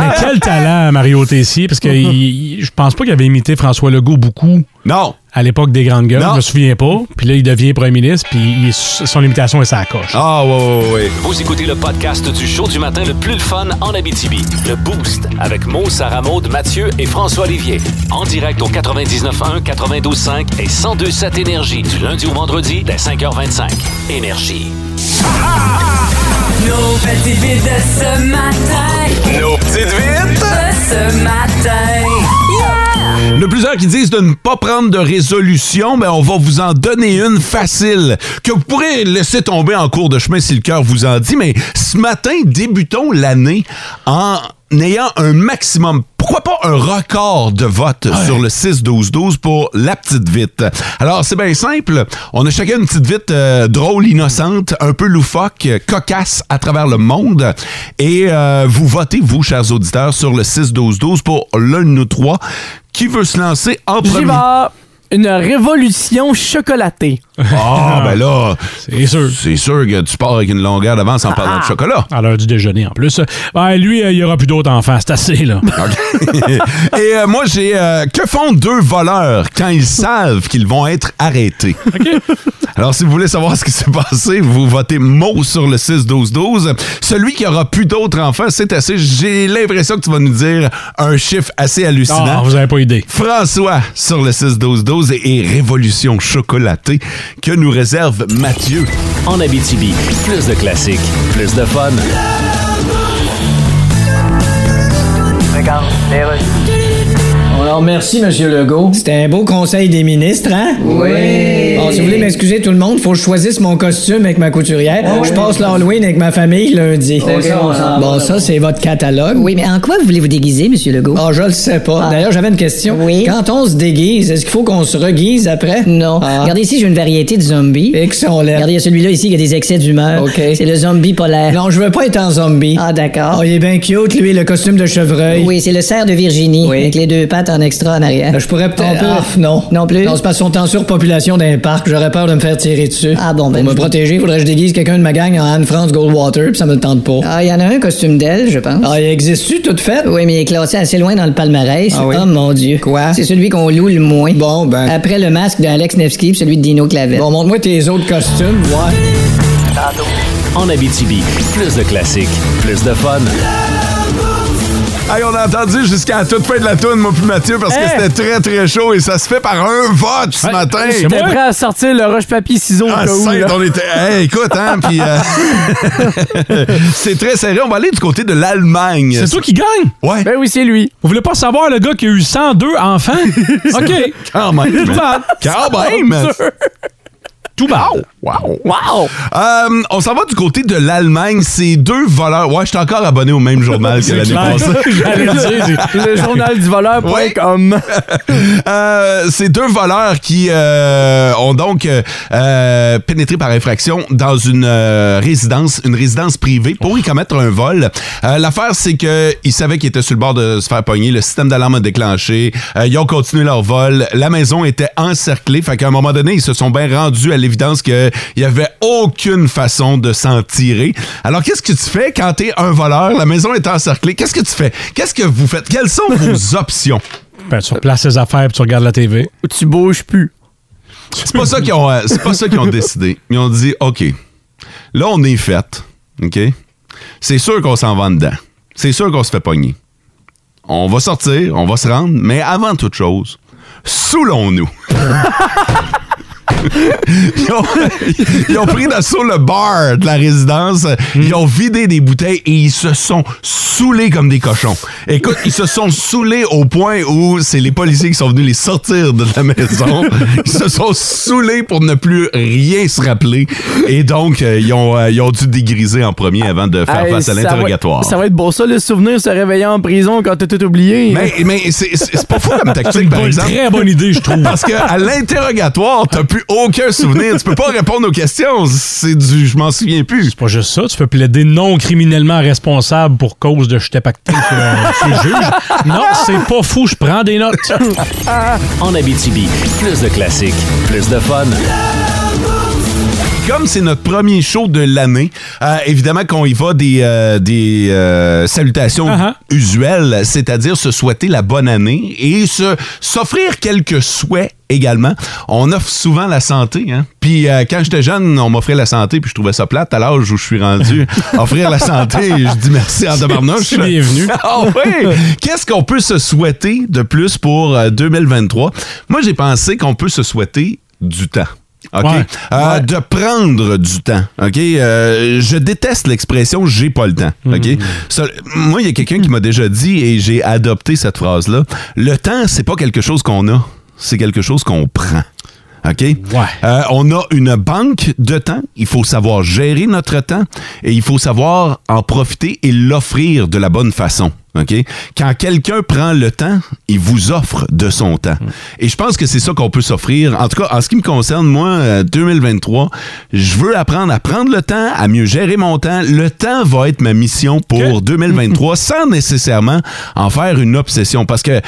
Speaker 4: Mais quel talent, Mario Tessier, parce que il- il- je pense pas qu'il avait imité François Legault beaucoup
Speaker 3: Non!
Speaker 4: à l'époque des grandes gueules,
Speaker 3: Non.
Speaker 4: je me souviens pas. Puis là, il devient premier ministre, puis il- son imitation est sa coche.
Speaker 3: Ah, ouais, ouais, ouais.
Speaker 2: Vous écoutez le podcast du show du matin le plus le fun en Abitibi. Le Boost avec Mo, Sarah Maud, Mathieu et François Olivier. En direct au 99.1, 92.5 et 102.7 Énergie du lundi au vendredi dès 5h25. Énergie.
Speaker 1: Nos petites vites de ce matin.
Speaker 2: Nos petites
Speaker 1: De ce matin.
Speaker 3: Il y en a plusieurs qui disent de ne pas prendre de résolution, mais on va vous en donner une facile que vous pourrez laisser tomber en cours de chemin si le cœur vous en dit. Mais ce matin, débutons l'année en ayant un maximum, pourquoi pas un record de votes sur le 6-12-12 pour la petite vite. Alors, c'est bien simple. On a chacun une petite vite euh, drôle, innocente, un peu loufoque, euh, cocasse à travers le monde. Et euh, vous votez, vous, chers auditeurs, sur le 6-12-12 pour l'un de nous trois. Qui veut se lancer en
Speaker 5: J'y
Speaker 3: premier?
Speaker 5: vais. Une révolution chocolatée.
Speaker 3: Ah, ben là,
Speaker 4: C'est sûr.
Speaker 3: c'est sûr que tu pars avec une longueur d'avance en parlant de chocolat.
Speaker 4: À l'heure du déjeuner, en plus. Ben, lui, euh, il y aura plus d'autres enfants, c'est assez, là.
Speaker 3: Ah, Et euh, moi, j'ai... euh, que font deux voleurs quand ils savent qu'ils vont être arrêtés? Alors, si vous voulez savoir ce qui s'est passé, vous votez mot sur le 6-12-12. Celui qui aura plus d'autres enfants, c'est assez... J'ai l'impression que tu vas nous dire un chiffre assez
Speaker 4: Ah,
Speaker 3: hallucinant.
Speaker 4: vous avez pas idée.
Speaker 3: François sur le 6-12-12 et, et Révolution chocolatée que nous réserve Mathieu.
Speaker 2: En Abitibi, plus de classiques, plus de fun.
Speaker 7: Alors, merci, Monsieur Legault.
Speaker 6: C'était un beau conseil des ministres, hein? Oui! Bon, si vous voulez m'excuser tout le monde, faut que je choisisse mon costume avec ma couturière. je passe l'Halloween avec ma famille lundi.
Speaker 7: ça, on s'en
Speaker 6: bon, ça, c'est votre catalogue.
Speaker 12: Oui, mais en quoi voulez-vous déguiser, Monsieur Legault?
Speaker 6: Ah, je le sais pas. D'ailleurs, j'avais une question.
Speaker 12: Oui.
Speaker 6: Quand on se déguise, est-ce qu'il faut qu'on se reguise après?
Speaker 12: Non.
Speaker 6: Ah.
Speaker 12: Regardez ici, j'ai une variété de zombies.
Speaker 6: Et que sont laids.
Speaker 12: Regardez, il y a celui-là ici qui a des excès d'humeur.
Speaker 6: OK.
Speaker 12: C'est le zombie polaire.
Speaker 6: Non, je veux pas être en zombie.
Speaker 12: Ah, d'accord.
Speaker 6: Oh, il est bien cute, lui, le costume de chevreuil.
Speaker 12: Oui, c'est le cerf de Virginie.
Speaker 6: Oui.
Speaker 12: Avec les deux pattes en extra en arrière.
Speaker 6: Euh, Je pourrais peut-être.
Speaker 12: Euh,
Speaker 6: Ah,
Speaker 12: ah,
Speaker 6: non.
Speaker 12: non plus?
Speaker 6: Non, c'est parce qu'on est en surpopulation d'un parc. J'aurais peur de me faire tirer dessus.
Speaker 12: Ah, bon, ben,
Speaker 6: Pour me
Speaker 12: je-
Speaker 6: protéger, faudrait que je déguise quelqu'un de ma gang en Anne-France Goldwater, puis ça me le tente pas.
Speaker 12: Ah, il y en a un costume d'elle, je pense.
Speaker 6: Ah, il existe-tu, tout fait?
Speaker 12: Oui, mais il est classé assez loin dans le palmarès.
Speaker 6: Ah oui?
Speaker 12: Oh mon Dieu.
Speaker 6: Quoi?
Speaker 12: C'est celui qu'on loue le moins.
Speaker 6: Bon, ben.
Speaker 12: Après le masque d'Alex Nevsky et celui de Dino Clavel.
Speaker 6: Bon, montre-moi tes autres costumes, ouais.
Speaker 2: En Abitibi, plus de classiques, plus de fun.
Speaker 3: Hey, on a entendu jusqu'à la toute fin de la toune, moi puis Mathieu, parce
Speaker 5: Hey!
Speaker 3: que c'était très, très chaud et ça se fait par un vote ce matin.
Speaker 5: J'étais prêt à sortir le roche-papier-ciseau.
Speaker 3: Ah, sainte, on était. Hey, écoute, hein, puis euh, c'est très serré. On va aller du côté de l'Allemagne.
Speaker 4: C'est toi qui gagne?
Speaker 3: Ouais.
Speaker 5: Ben oui, c'est lui.
Speaker 4: Vous voulez pas savoir le gars qui a eu 102 enfants? OK.
Speaker 3: Quand même. Quand même.
Speaker 4: Tout bas.
Speaker 3: Wow.
Speaker 5: Wow.
Speaker 3: Euh, on s'en va du côté de l'Allemagne. C'est deux voleurs. Ouais, je suis encore abonné au même journal que
Speaker 5: C'est
Speaker 3: l'année
Speaker 5: clair.
Speaker 3: passée.
Speaker 5: J'allais dire, c'est- Le journal du voleur point com.
Speaker 3: Euh, c'est deux voleurs qui euh, ont donc euh, euh, pénétré par infraction dans une euh, résidence, une résidence privée pour y commettre un vol. Euh, L'affaire, c'est que ils savaient qu'ils étaient sur le bord de se faire pogner. Le système d'alarme a déclenché. Euh, ils ont continué leur vol. La maison était encerclée. Fait qu'à un moment donné, ils se sont bien rendus à l'évidence qu'il y avait aucune façon de s'en tirer. Alors, qu'est-ce que tu fais quand t'es un voleur? La maison est encerclée. Qu'est-ce que tu fais? Qu'est-ce que vous faites? Quelles sont vos options?
Speaker 4: Ben, tu replaces ses affaires puis tu regardes la TV.
Speaker 5: Tu bouges plus.
Speaker 3: C'est pas ça qu'ils ont, euh, c'est pas ça qu'ils ont décidé. Ils ont dit, OK, là, on est fait. OK? C'est sûr qu'on s'en va dedans. C'est sûr qu'on se fait pogner. On va sortir, on va se rendre, mais avant toute chose, saoulons-nous. ils, ont, ils ont pris d'assaut le bar de la résidence, ils ont vidé des bouteilles et ils se sont saoulés comme des cochons. Écoute, ils se sont saoulés au point où c'est les policiers qui sont venus les sortir de la maison. Ils se sont saoulés pour ne plus rien se rappeler. Et donc, euh, ils, ont, euh, ils ont dû dégriser en premier avant de faire
Speaker 5: Hey,
Speaker 3: face à
Speaker 5: ça va-
Speaker 3: l'interrogatoire.
Speaker 5: Ça va être beau ça, le souvenir se réveiller en prison quand t'as tout oublié.
Speaker 3: Mais, mais c'est- c'est c'est pas fou comme
Speaker 5: C'est
Speaker 3: tactique,
Speaker 5: une
Speaker 3: par
Speaker 5: bonne-
Speaker 3: exemple.
Speaker 5: très bonne idée, je trouve.
Speaker 3: Parce qu'à l'interrogatoire, t'as plus aucun souvenir. Tu peux pas répondre aux questions. C'est du je m'en souviens plus.
Speaker 4: C'est pas juste ça. Tu peux plaider non criminellement responsable pour cause de j'étais pacté sur euh, sur le juge. Non, c'est pas fou. Je prends des notes.
Speaker 2: En Abitibi, plus de classiques, plus de fun.
Speaker 3: Comme c'est notre premier show de l'année, euh, évidemment qu'on y va des, euh, des euh, salutations
Speaker 5: Uh-huh.
Speaker 3: usuelles, c'est-à-dire se souhaiter la bonne année et se s'offrir quelques souhaits également. On offre souvent la santé. Hein? Puis euh, quand j'étais jeune, on m'offrait la santé puis je trouvais ça plate. À l'âge où je suis rendu, offrir la santé, je dis merci en tabarnouche.
Speaker 4: C'est bienvenu.
Speaker 3: Ah oui! Qu'est-ce qu'on peut se souhaiter de plus pour euh, 2023? Moi, j'ai pensé qu'on peut se souhaiter du temps. OK?
Speaker 4: Ouais.
Speaker 3: Euh, De prendre du temps. OK? Euh, je déteste l'expression j'ai pas le temps.
Speaker 4: Hmm.
Speaker 3: OK? Ça- moi, il y a quelqu'un qui m'a déjà dit et j'ai adopté cette phrase-là. Le temps, c'est pas quelque chose qu'on a, c'est quelque chose qu'on prend. OK? Euh, on a une banque de temps. Il faut savoir gérer notre temps et il faut savoir en profiter et l'offrir de la bonne façon. OK? Quand quelqu'un prend le temps, il vous offre de son temps. Et je pense que c'est ça qu'on peut s'offrir. En tout cas, en ce qui me concerne, moi, euh, 2023, je veux apprendre à prendre le temps, à mieux gérer mon temps. Le temps va être ma mission pour 2023 sans nécessairement en faire une obsession. Parce que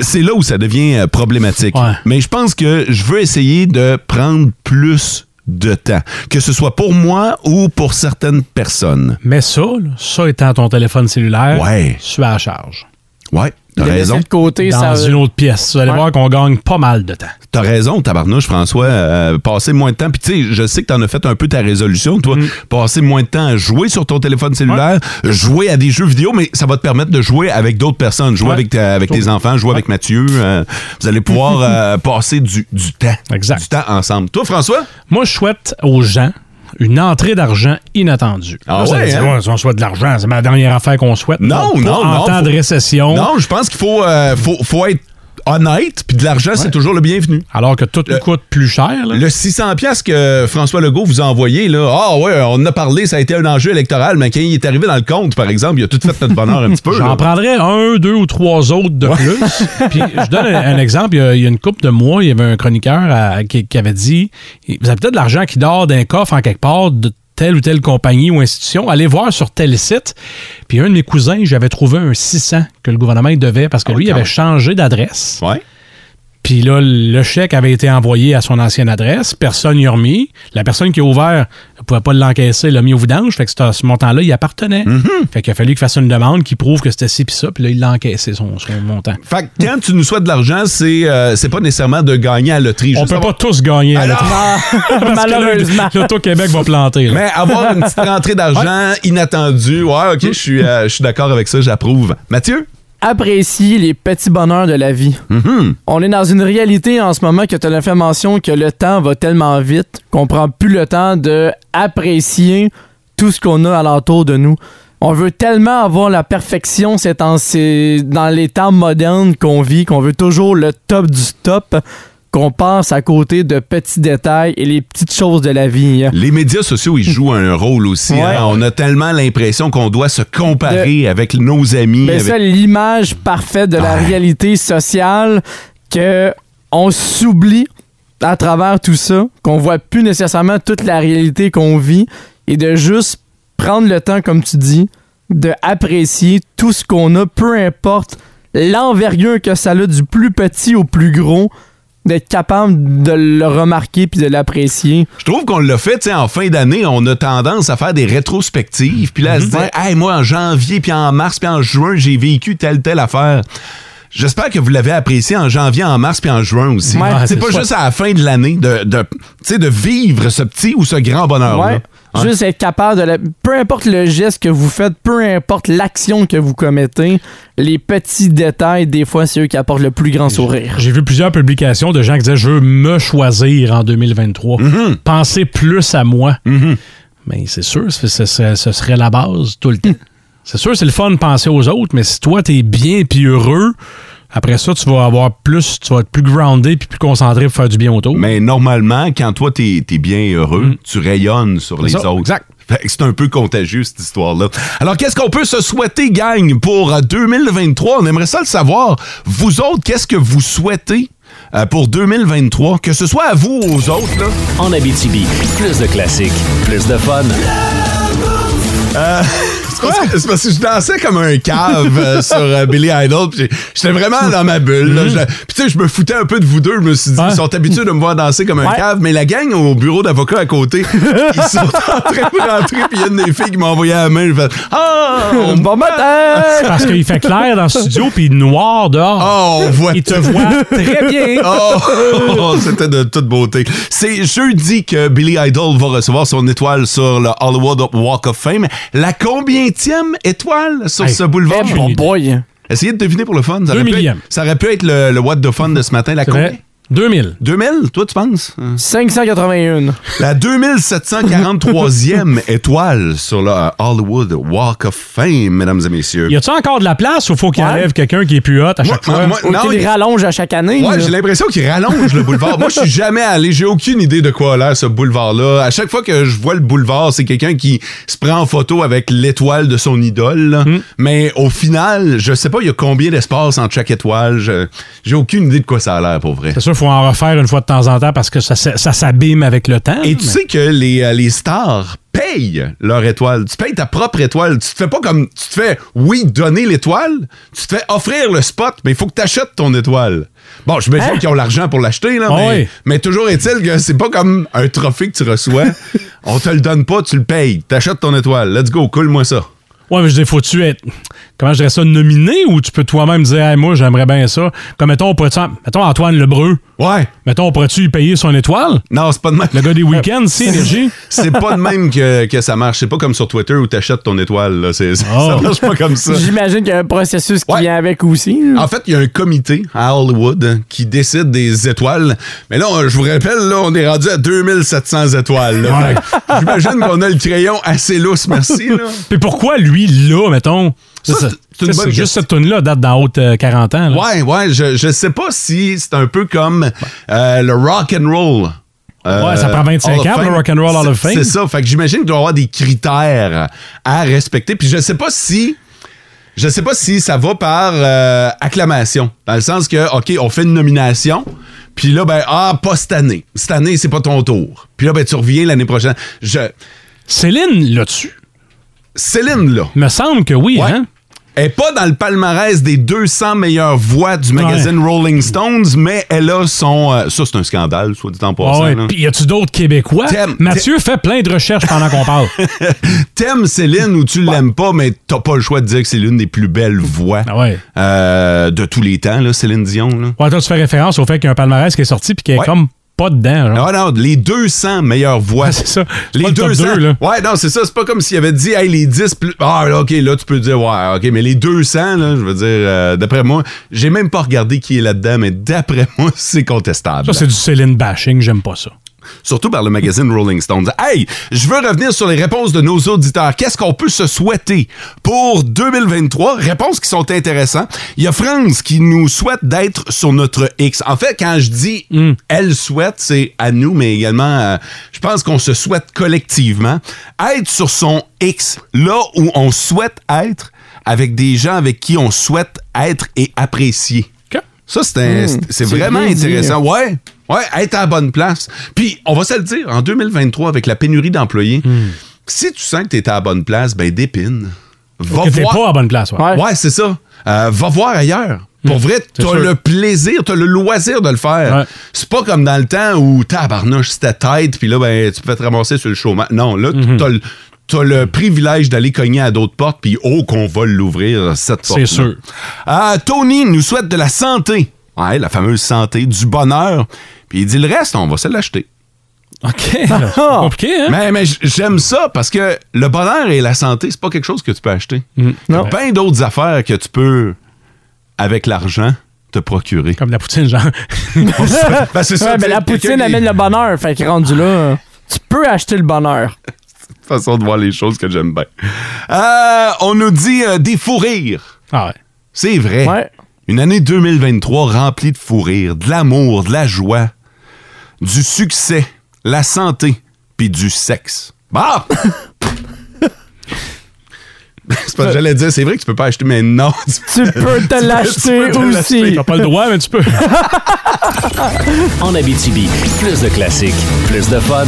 Speaker 3: c'est là où ça devient euh, problématique. Mais je pense que je veux essayer de prendre plus de temps, que ce soit pour moi ou pour certaines personnes.
Speaker 4: Mais ça, là, ça étant ton téléphone cellulaire,
Speaker 3: Ouais.
Speaker 4: tu es à la charge.
Speaker 3: Ouais, t'as raison.
Speaker 4: Dans une autre pièce. Vous allez voir qu'on gagne pas mal de temps.
Speaker 3: T'as raison, tabarnouche, François. Euh, passer moins de temps. Puis, tu sais, je sais que t'en as fait un peu ta résolution, toi. Passer moins de temps à jouer sur ton téléphone cellulaire, jouer à des jeux vidéo, mais ça va te permettre de jouer avec d'autres personnes. Jouer avec, ta- avec tes enfants, jouer avec Mathieu. euh, vous allez pouvoir euh, passer du, du temps. Exact. Du temps ensemble. Toi, François?
Speaker 4: Moi, je souhaite aux gens une entrée d'argent inattendue.
Speaker 3: Ah
Speaker 4: Là, vous
Speaker 3: ouais,
Speaker 4: allez dire,
Speaker 3: hein?
Speaker 4: Ouais, si on souhaite de l'argent, c'est ma dernière affaire qu'on souhaite.
Speaker 3: Non,
Speaker 4: Pas
Speaker 3: non, non.
Speaker 4: En temps de
Speaker 3: faut-
Speaker 4: récession.
Speaker 3: Non, je pense qu'il faut, euh, faut, faut être honnête, puis de l'argent, c'est toujours le bienvenu.
Speaker 4: Alors que tout
Speaker 3: nous
Speaker 4: coûte plus cher.
Speaker 3: Le 600 pièces que François Legault vous a envoyé, là, ah ouais, on en a parlé, ça a été un enjeu électoral, mais quand il est arrivé dans le compte, par exemple, il a tout fait notre bonheur un petit peu.
Speaker 4: J'en
Speaker 3: là.
Speaker 4: prendrais un, deux ou trois autres de plus. Puis je donne un, un exemple. Il y, a, il y a une couple de mois, il y avait un chroniqueur à- qui, qui avait dit Vous avez peut-être de l'argent qui dort d'un coffre en quelque part de telle ou telle compagnie ou institution. Allez voir sur tel site. Puis un de mes cousins, j'avais trouvé un 600 que le gouvernement il devait parce que lui, il avait changé d'adresse. Puis là, le chèque avait été envoyé à son ancienne adresse. Personne n'y a remis. La personne qui a ouvert ne pouvait pas l'encaisser, l'a mis au vidange. Fait que c'était- ce montant-là, il appartenait.
Speaker 3: Mm-hmm.
Speaker 4: Fait qu'il a fallu qu'il fasse une demande qui prouve que c'était ci puis ça. Puis là, il l'a encaissé, son, son montant.
Speaker 3: Fait que quand tu nous souhaites de l'argent, c'est euh, c'est pas nécessairement de gagner à la loterie.
Speaker 4: On
Speaker 3: Juste
Speaker 4: peut
Speaker 3: avoir-
Speaker 4: pas tous gagner à la
Speaker 3: Alors-
Speaker 4: loterie. Parce que là,
Speaker 3: Malheureusement.
Speaker 4: L'Auto-Québec va planter. là.
Speaker 3: Mais avoir une petite rentrée d'argent inattendue, ouais, ok, je suis, euh, je suis d'accord avec ça, j'approuve. Mathieu?
Speaker 5: Apprécier les petits bonheurs de la vie. On est dans une réalité en ce moment que tu as fait mention que le temps va tellement vite qu'on prend plus le temps de apprécier tout ce qu'on a alentour de nous. On veut tellement avoir la perfection ces temps- ces- dans les temps modernes qu'on vit, qu'on veut toujours le top du top, qu'on passe à côté de petits détails et les petites choses de la vie. hein.
Speaker 3: Les médias sociaux, ils jouent un rôle aussi.
Speaker 5: Ouais.
Speaker 3: hein. On a tellement l'impression qu'on doit se comparer avec nos amis.
Speaker 5: Mais
Speaker 3: avec-
Speaker 5: Ben, ça, l'image parfaite de la réalité sociale que on s'oublie à travers tout ça, qu'on voit plus nécessairement toute la réalité qu'on vit et de juste prendre le temps, comme tu dis, de apprécier tout ce qu'on a, peu importe l'envergure que ça a du plus petit au plus gros, d'être capable de le remarquer puis de l'apprécier.
Speaker 3: Je trouve qu'on l'a fait, tu sais, en fin d'année, on a tendance à faire des rétrospectives, puis là,
Speaker 5: Mhm.
Speaker 3: à se dire, hey, moi, en janvier, puis en mars, puis en juin, j'ai vécu telle, telle affaire. J'espère que vous l'avez apprécié en janvier, en mars, puis en juin aussi.
Speaker 5: Ouais,
Speaker 3: c'est
Speaker 5: c'est
Speaker 3: pas
Speaker 5: ça.
Speaker 3: juste à la fin de l'année de, de, tu sais, de vivre ce petit ou ce grand bonheur.
Speaker 5: Ouais. Juste être capable de... la- Peu importe le geste que vous faites, peu importe l'action que vous commettez, les petits détails, des fois, c'est eux qui apportent le plus grand sourire.
Speaker 4: J'ai vu plusieurs publications de gens qui disaient Je veux me choisir en 2023.
Speaker 3: Mm-hmm.
Speaker 4: Pensez plus à moi. Mais c'est sûr, ce, ce- ce- ce serait la base tout le
Speaker 3: Mm.
Speaker 4: temps. C'est sûr, c'est le fun de penser aux autres, mais si toi, t'es bien puis heureux, après ça, tu vas avoir plus, tu vas être plus groundé puis plus concentré pour faire du bien autour.
Speaker 3: Mais normalement, quand toi, t'es es bien heureux, tu rayonnes sur les
Speaker 4: ça,
Speaker 3: autres. Exact. C'est un peu contagieux, cette histoire-là. Alors, qu'est-ce qu'on peut se souhaiter, gang, pour euh, 2023? On aimerait ça le savoir. Vous autres, qu'est-ce que vous souhaitez euh, pour 2023? Que ce soit à vous ou aux autres, là.
Speaker 2: En Abitibi, plus de classiques, plus de fun.
Speaker 3: Euh, c'est parce que- c'est parce que je dansais comme un cave euh, sur euh, Billy Idol. puis j'ai- J'étais vraiment dans ma bulle. là. Je- Puis tu sais, je me foutais un peu de vous deux. Je me suis dit, ils sont habitués de me voir danser comme un
Speaker 13: Ouais.
Speaker 3: cave. Mais la gang au bureau d'avocat à côté, ils sont en train de rentrer. Puis il y a une des filles qui m'a envoyé la main. Je fais Ah!
Speaker 5: Bon matin!
Speaker 4: C'est Parce qu'il fait clair dans le studio puis noir dehors.
Speaker 3: Oh, on voit
Speaker 4: Il te
Speaker 3: tout.
Speaker 4: voit très bien.
Speaker 3: Oh, oh, oh, c'était de toute beauté. C'est jeudi que Billy Idol va recevoir son étoile sur le Hollywood Walk of Fame. La combientième étoile sur
Speaker 5: Hey,
Speaker 3: ce boulevard?
Speaker 5: eh, mon boy.
Speaker 3: Essayez de deviner pour le fun. Ça
Speaker 4: Deux
Speaker 3: aurait pu
Speaker 4: millième.
Speaker 3: être- ça aurait pu être le, le What the Fun de ce matin. La
Speaker 4: C'est
Speaker 3: combien?
Speaker 4: vrai. 2000.
Speaker 3: 2000, toi, tu penses?
Speaker 5: 581.
Speaker 3: La 2743e étoile sur le euh, Hollywood Walk of Fame, mesdames et messieurs.
Speaker 4: Y a-tu encore de la place ou faut qu'il enlève quelqu'un qui est plus hot à chaque
Speaker 3: moi-
Speaker 4: fois?
Speaker 3: moi- Ou non, qu'il il-
Speaker 5: rallonge à chaque année.
Speaker 3: Ouais, j'ai l'impression qu'il rallonge le boulevard. Moi, je suis jamais allé, j'ai aucune idée de quoi a l'air ce boulevard-là. À chaque fois que je vois le boulevard, c'est quelqu'un qui se prend en photo avec l'étoile de son idole. là.
Speaker 4: Hmm.
Speaker 3: Mais au final, je sais pas, il y a combien d'espace entre chaque étoile. Je- J'ai aucune idée de quoi ça a l'air pour vrai.
Speaker 4: C'est sûr, il faut en refaire une fois de temps en temps parce que ça, s- ça s'abîme avec le temps.
Speaker 3: Et tu sais que les, euh, les stars payent leur étoile. Tu payes ta propre étoile. Tu te fais pas comme. Tu te fais, oui, donner l'étoile. Tu te fais offrir le spot, mais il faut que tu achètes ton étoile. Bon, je me
Speaker 4: Hein?
Speaker 3: qu'ils ont l'argent pour l'acheter, là,
Speaker 4: Ah
Speaker 3: mais,
Speaker 4: oui.
Speaker 3: mais toujours est-il que c'est pas comme un trophée que tu reçois. On te le donne pas, tu le payes. T'achètes ton étoile. Let's go, coule-moi ça.
Speaker 4: Ouais, mais je dis, faut-tu être, comment je dirais ça, nominé ou tu peux toi-même dire, Hey, moi, j'aimerais bien ça. Comme, mettons, on pourrait-tu, mettons, Antoine Lebreu.
Speaker 3: Ouais.
Speaker 4: Mettons, on pourrait-tu lui payer son étoile?
Speaker 3: Non, c'est pas de même.
Speaker 4: Le gars des week-ends, c'est
Speaker 3: Euh,
Speaker 4: énergie.
Speaker 3: C'est pas de même que, que ça marche. C'est pas comme sur Twitter où t'achètes ton étoile. Là. C'est- Ça
Speaker 4: Oh.
Speaker 3: marche pas comme ça.
Speaker 5: J'imagine qu'il y a un processus qui vient avec aussi.
Speaker 3: En fait, il y a un comité à Hollywood qui décide des étoiles. Mais là, on- je vous rappelle, là, on est rendu à 2700 étoiles. là.
Speaker 4: Ouais.
Speaker 3: Fait que J'imagine qu'on a le crayon assez lousse, merci. Là.
Speaker 4: Puis pourquoi lui, là, mettons?
Speaker 3: Ça,
Speaker 4: Tu sais,
Speaker 3: c'est- c'est une
Speaker 4: tu sais,
Speaker 3: bonne
Speaker 4: Juste
Speaker 3: question.
Speaker 4: cette tune là date d'en haute euh, 40 ans. là.
Speaker 3: Ouais, ouais, je, je sais pas si c'est un peu comme euh, le rock and roll. Euh,
Speaker 4: Ouais, ça prend 25
Speaker 3: Hall of
Speaker 4: ans pour
Speaker 3: Fame.
Speaker 4: le Rock and Roll Hall of
Speaker 3: C'est-
Speaker 4: Fame.
Speaker 3: C'est ça, fait que j'imagine qu'il doit y avoir des critères à respecter. Puis je sais pas si je sais pas si ça va par euh, acclamation, dans le sens que OK, on fait une nomination, puis là ben ah pas cette année. Cette année, c'est pas ton tour. Puis là ben tu reviens l'année prochaine. Je
Speaker 4: Céline, là-dessus.
Speaker 3: Céline là.
Speaker 4: Me semble que oui, hein?
Speaker 3: Elle n'est pas dans le palmarès des 200 meilleures voix du magazine Rolling Stones, mais elle a son... euh, ça, c'est un scandale, soit dit en passant.
Speaker 4: Ah ouais,
Speaker 3: là.
Speaker 4: puis y a-tu d'autres Québécois?
Speaker 3: Thème-
Speaker 4: Mathieu fait plein de recherches pendant qu'on parle.
Speaker 3: T'aimes Céline ou tu l'aimes pas, mais t'as pas le choix de dire que c'est l'une des plus belles voix
Speaker 4: Ah
Speaker 3: euh, de tous les temps, là, Céline Dion. là.
Speaker 4: Ouais, toi, tu fais référence au fait qu'il y a un palmarès qui est sorti puis qui est
Speaker 3: Ouais.
Speaker 4: comme pas dedans.
Speaker 3: Non, Ah
Speaker 4: genre.
Speaker 3: non, les 200 meilleures voix.
Speaker 4: Ah. c'est ça.
Speaker 3: Les
Speaker 4: pas le top
Speaker 3: 200.
Speaker 4: deux, là.
Speaker 3: Ouais, non, c'est ça. C'est pas comme s'il avait dit, hey, les 10 plus. Ah, là, OK, là, tu peux dire, ouais, OK, mais les 200, là, je veux dire, euh, d'après moi, j'ai même pas regardé qui est là-dedans, mais d'après moi, c'est contestable.
Speaker 4: Ça, c'est du Céline bashing, j'aime pas ça.
Speaker 3: Surtout par le magazine Rolling Stones. Hey, je veux revenir sur les réponses de nos auditeurs. Qu'est-ce qu'on peut se souhaiter pour 2023? Réponses qui sont intéressantes. Il y a France qui nous souhaite d'être sur notre X. En fait, quand je dis elle souhaite, c'est à nous, mais également, euh, je pense qu'on se souhaite collectivement être sur son X, là où on souhaite être, avec des gens avec qui on souhaite être et apprécier. Ça, c'est un-
Speaker 8: Mm.
Speaker 3: c'est- c'est
Speaker 8: C'est
Speaker 3: vraiment
Speaker 8: bien dit,
Speaker 3: intéressant.
Speaker 8: hein.
Speaker 3: Ouais, ouais, être à la bonne place. Puis, on va se le dire, en 2023, avec la pénurie d'employés,
Speaker 4: Hmm.
Speaker 3: si tu sens que tu à la bonne place, ben dépine. Va
Speaker 4: que t'es pas à la bonne place, ouais.
Speaker 3: Ouais, c'est ça. Euh, va voir ailleurs. Pour vrai,
Speaker 4: Ah. Hmm. c'est
Speaker 3: t'as
Speaker 4: sûr.
Speaker 3: le plaisir, t'as le loisir de le faire. C'est pas comme dans le temps où tabarnouche, c'était tête, puis là, ben, tu peux te ramasser sur le chômage. Non, là,
Speaker 4: Hmm.
Speaker 3: t'as le- t'as le privilège d'aller cogner à d'autres portes, puis oh, qu'on va l'ouvrir, cette
Speaker 4: C'est
Speaker 3: porte-là.
Speaker 4: sûr.
Speaker 3: Euh, Tony nous souhaite de la santé. Ouais, la fameuse santé, du bonheur. Puis il dit le reste, on va se l'acheter.
Speaker 4: OK. c'est
Speaker 3: Ah.
Speaker 4: pas compliqué, hein?
Speaker 3: Mais, mais j- j'aime ça parce que le bonheur et la santé, c'est pas quelque chose que tu peux acheter.
Speaker 4: Hmm.
Speaker 3: Il y a bien Ben d'autres affaires que tu peux, avec l'argent, te procurer.
Speaker 4: Comme la poutine, genre.
Speaker 3: Ben, c'est ça,
Speaker 5: Ouais,
Speaker 3: tu
Speaker 5: mais
Speaker 3: sais,
Speaker 5: la
Speaker 3: quelqu'un
Speaker 5: poutine
Speaker 3: qui-
Speaker 5: amène le bonheur. Fait que rendu là, euh, tu peux acheter le bonheur.
Speaker 3: façon de voir les choses que j'aime bien. Euh, on nous dit euh, des fous rires.
Speaker 4: Ah,
Speaker 3: C'est vrai. Une année 2023 remplie de fous rires, de l'amour, de la joie, du succès, la santé, puis du sexe. Bah! c'est pas que j'allais dire, c'est vrai que tu peux pas acheter, mais non.
Speaker 5: Tu peux
Speaker 3: tu peux
Speaker 5: te l'acheter
Speaker 3: te l'acheter.
Speaker 5: aussi.
Speaker 4: T'as pas le droit, mais tu peux.
Speaker 2: En Abitibi, plus de classiques, plus de fun.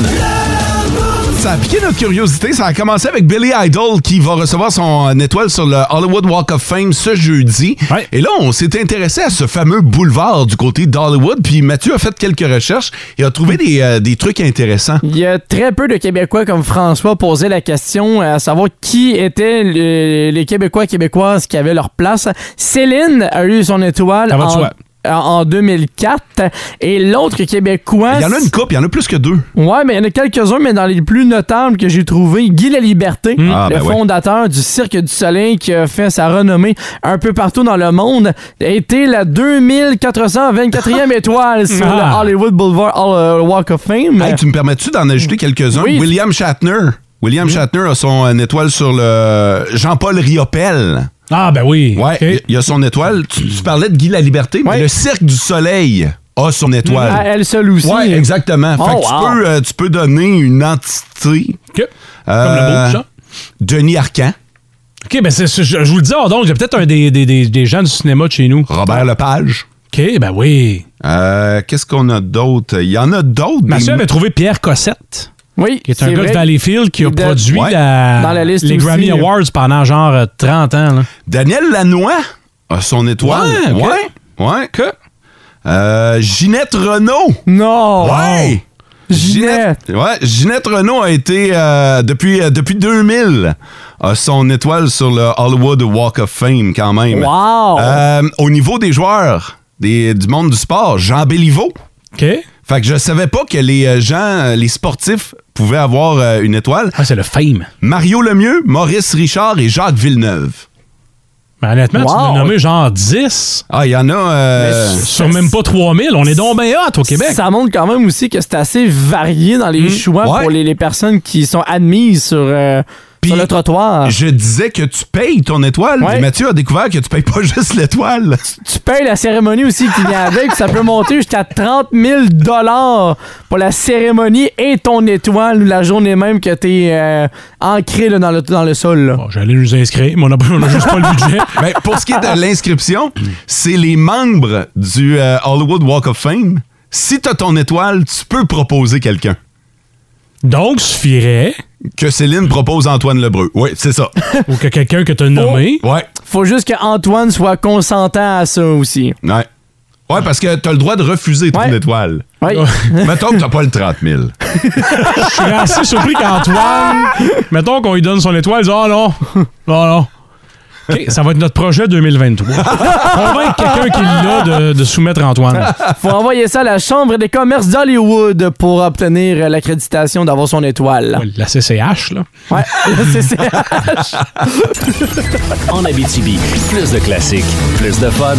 Speaker 3: Ça a piqué notre curiosité. Ça a commencé avec Billy Idol qui va recevoir son euh, étoile sur le Hollywood Walk of Fame ce jeudi. Et là, on s'est intéressé à ce fameux boulevard du côté d'Hollywood. Puis Mathieu a fait quelques recherches et a trouvé des, euh, des trucs intéressants.
Speaker 5: Il y a très peu de Québécois comme François posaient la question euh, à savoir qui étaient le- les Québécois québécoises qui avaient leur place. Céline a eu son étoile
Speaker 3: Ça va de
Speaker 5: en,
Speaker 3: soi.
Speaker 5: en 2004 et l'autre Québécois...
Speaker 3: Il y en a une coupe, il y en a plus que deux.
Speaker 5: Ouais, mais il y en a quelques-uns, mais dans les plus notables que j'ai trouvé, Guy La Liberté,
Speaker 3: Ah,
Speaker 5: le
Speaker 3: ben ouais.
Speaker 5: fondateur du Cirque du Soleil qui a fait sa renommée un peu partout dans le monde, a été la 2424e étoile sur
Speaker 3: Ah.
Speaker 5: le Hollywood Boulevard Hall- euh, Walk of Fame.
Speaker 3: Hey, tu me permets-tu d'en ajouter quelques-uns?
Speaker 5: Oui.
Speaker 3: William Shatner. William Shatner a son euh, étoile sur le Jean-Paul Riopel.
Speaker 4: Ah, ben oui.
Speaker 3: Ouais, il il a son étoile. Tu, tu parlais de Guy la Liberté, mais le Cirque du Soleil a son étoile.
Speaker 5: À elle seule aussi.
Speaker 3: Ouais, exactement. Fait
Speaker 5: Oh,
Speaker 3: que tu,
Speaker 5: wow.
Speaker 3: peux, euh, tu peux donner une entité. Euh,
Speaker 4: Comme le beau, ça.
Speaker 3: Denis Arcan.
Speaker 4: OK, ben c'est, c'est- je, je vous le dis, oh, donc, il y a peut-être un des, des, des, des gens du cinéma de chez nous.
Speaker 3: Robert Lepage.
Speaker 4: OK, ben oui.
Speaker 3: Euh, Qu'est-ce qu'on a d'autre? Il y en a d'autres.
Speaker 4: Mathieu
Speaker 3: des-
Speaker 4: avait trouvé Pierre Cossette.
Speaker 5: Oui,
Speaker 4: Qui est un
Speaker 3: c'est
Speaker 4: gars
Speaker 3: vrai.
Speaker 4: de Valleyfield qui a
Speaker 3: Et de-
Speaker 4: produit
Speaker 3: Ouais.
Speaker 4: la-
Speaker 3: Dans la liste
Speaker 4: les
Speaker 3: aussi, euh.
Speaker 4: Grammy
Speaker 3: là.
Speaker 4: Awards pendant genre euh, 30 ans. là.
Speaker 3: Daniel Lanois a son étoile.
Speaker 4: Ouais, ok.
Speaker 3: ouais. ouais. Euh, Ginette Renault.
Speaker 5: Non.
Speaker 3: Ouais.
Speaker 5: Ginette.
Speaker 3: Ouais, Ginette Renault a été, euh, depuis, euh, depuis 2000, a son étoile sur le Hollywood Walk of Fame quand même.
Speaker 5: Wow.
Speaker 3: Euh, au niveau des joueurs des, du monde du sport, Jean Béliveau.
Speaker 4: OK.
Speaker 3: Fait que je savais pas que les euh, gens, euh, les sportifs, pouvaient avoir euh, une étoile.
Speaker 4: Ah, c'est le fame.
Speaker 3: Mario Lemieux, Maurice Richard et Jacques Villeneuve.
Speaker 4: Mais honnêtement, tu
Speaker 3: Wow.
Speaker 4: nous as nommé genre 10.
Speaker 3: Ah, il y en a. euh,
Speaker 4: Mais sur même pas 3000. On est donc bien hot au Québec.
Speaker 5: Ça montre quand même aussi que c'est assez varié dans les choix
Speaker 3: Ouais.
Speaker 5: pour les, les personnes qui sont admises sur, euh, sur le trottoir.
Speaker 3: Je disais que tu payes ton étoile,
Speaker 5: Ouais.
Speaker 3: mais Mathieu a découvert que tu payes pas juste l'étoile.
Speaker 5: Tu payes la cérémonie aussi qui vient avec, puis ça peut monter jusqu'à 30 000 dollars pour la cérémonie et ton étoile la journée même que t'es euh, ancré là, dans, le, dans le sol. là.
Speaker 4: Ah, J'allais nous inscrire, mais on a, on a juste pas le budget.
Speaker 3: Mais Ben, pour ce qui est de l'inscription, c'est les membres du euh, Hollywood Walk of Fame. Si tu as ton étoile, tu peux proposer quelqu'un.
Speaker 4: Donc, suffirait.
Speaker 3: Que Céline propose Antoine Lebreu. Oui, c'est ça.
Speaker 4: Ou que quelqu'un que tu as nommé.
Speaker 3: Oh, Ouais.
Speaker 5: Faut juste qu'Antoine soit consentant à ça aussi.
Speaker 3: Ouais. Ouais, parce que t'as le droit de refuser ton étoile.
Speaker 5: Ouais.
Speaker 3: Mettons que t'as pas le 30 000.
Speaker 4: Je serais assez surpris qu'Antoine. Mettons qu'on lui donne son étoile, il dit Ah non, non, non. OK, ça va être notre projet 2023. Convaincre quelqu'un qui l'a de, de soumettre Antoine.
Speaker 3: Ah.
Speaker 5: Faut envoyer ça à la Chambre des commerces d'Hollywood pour obtenir l'accréditation d'avoir son étoile.
Speaker 4: La CCH, là.
Speaker 5: Ouais, la CCH.
Speaker 2: En Abitibi, plus de classiques, plus de fun.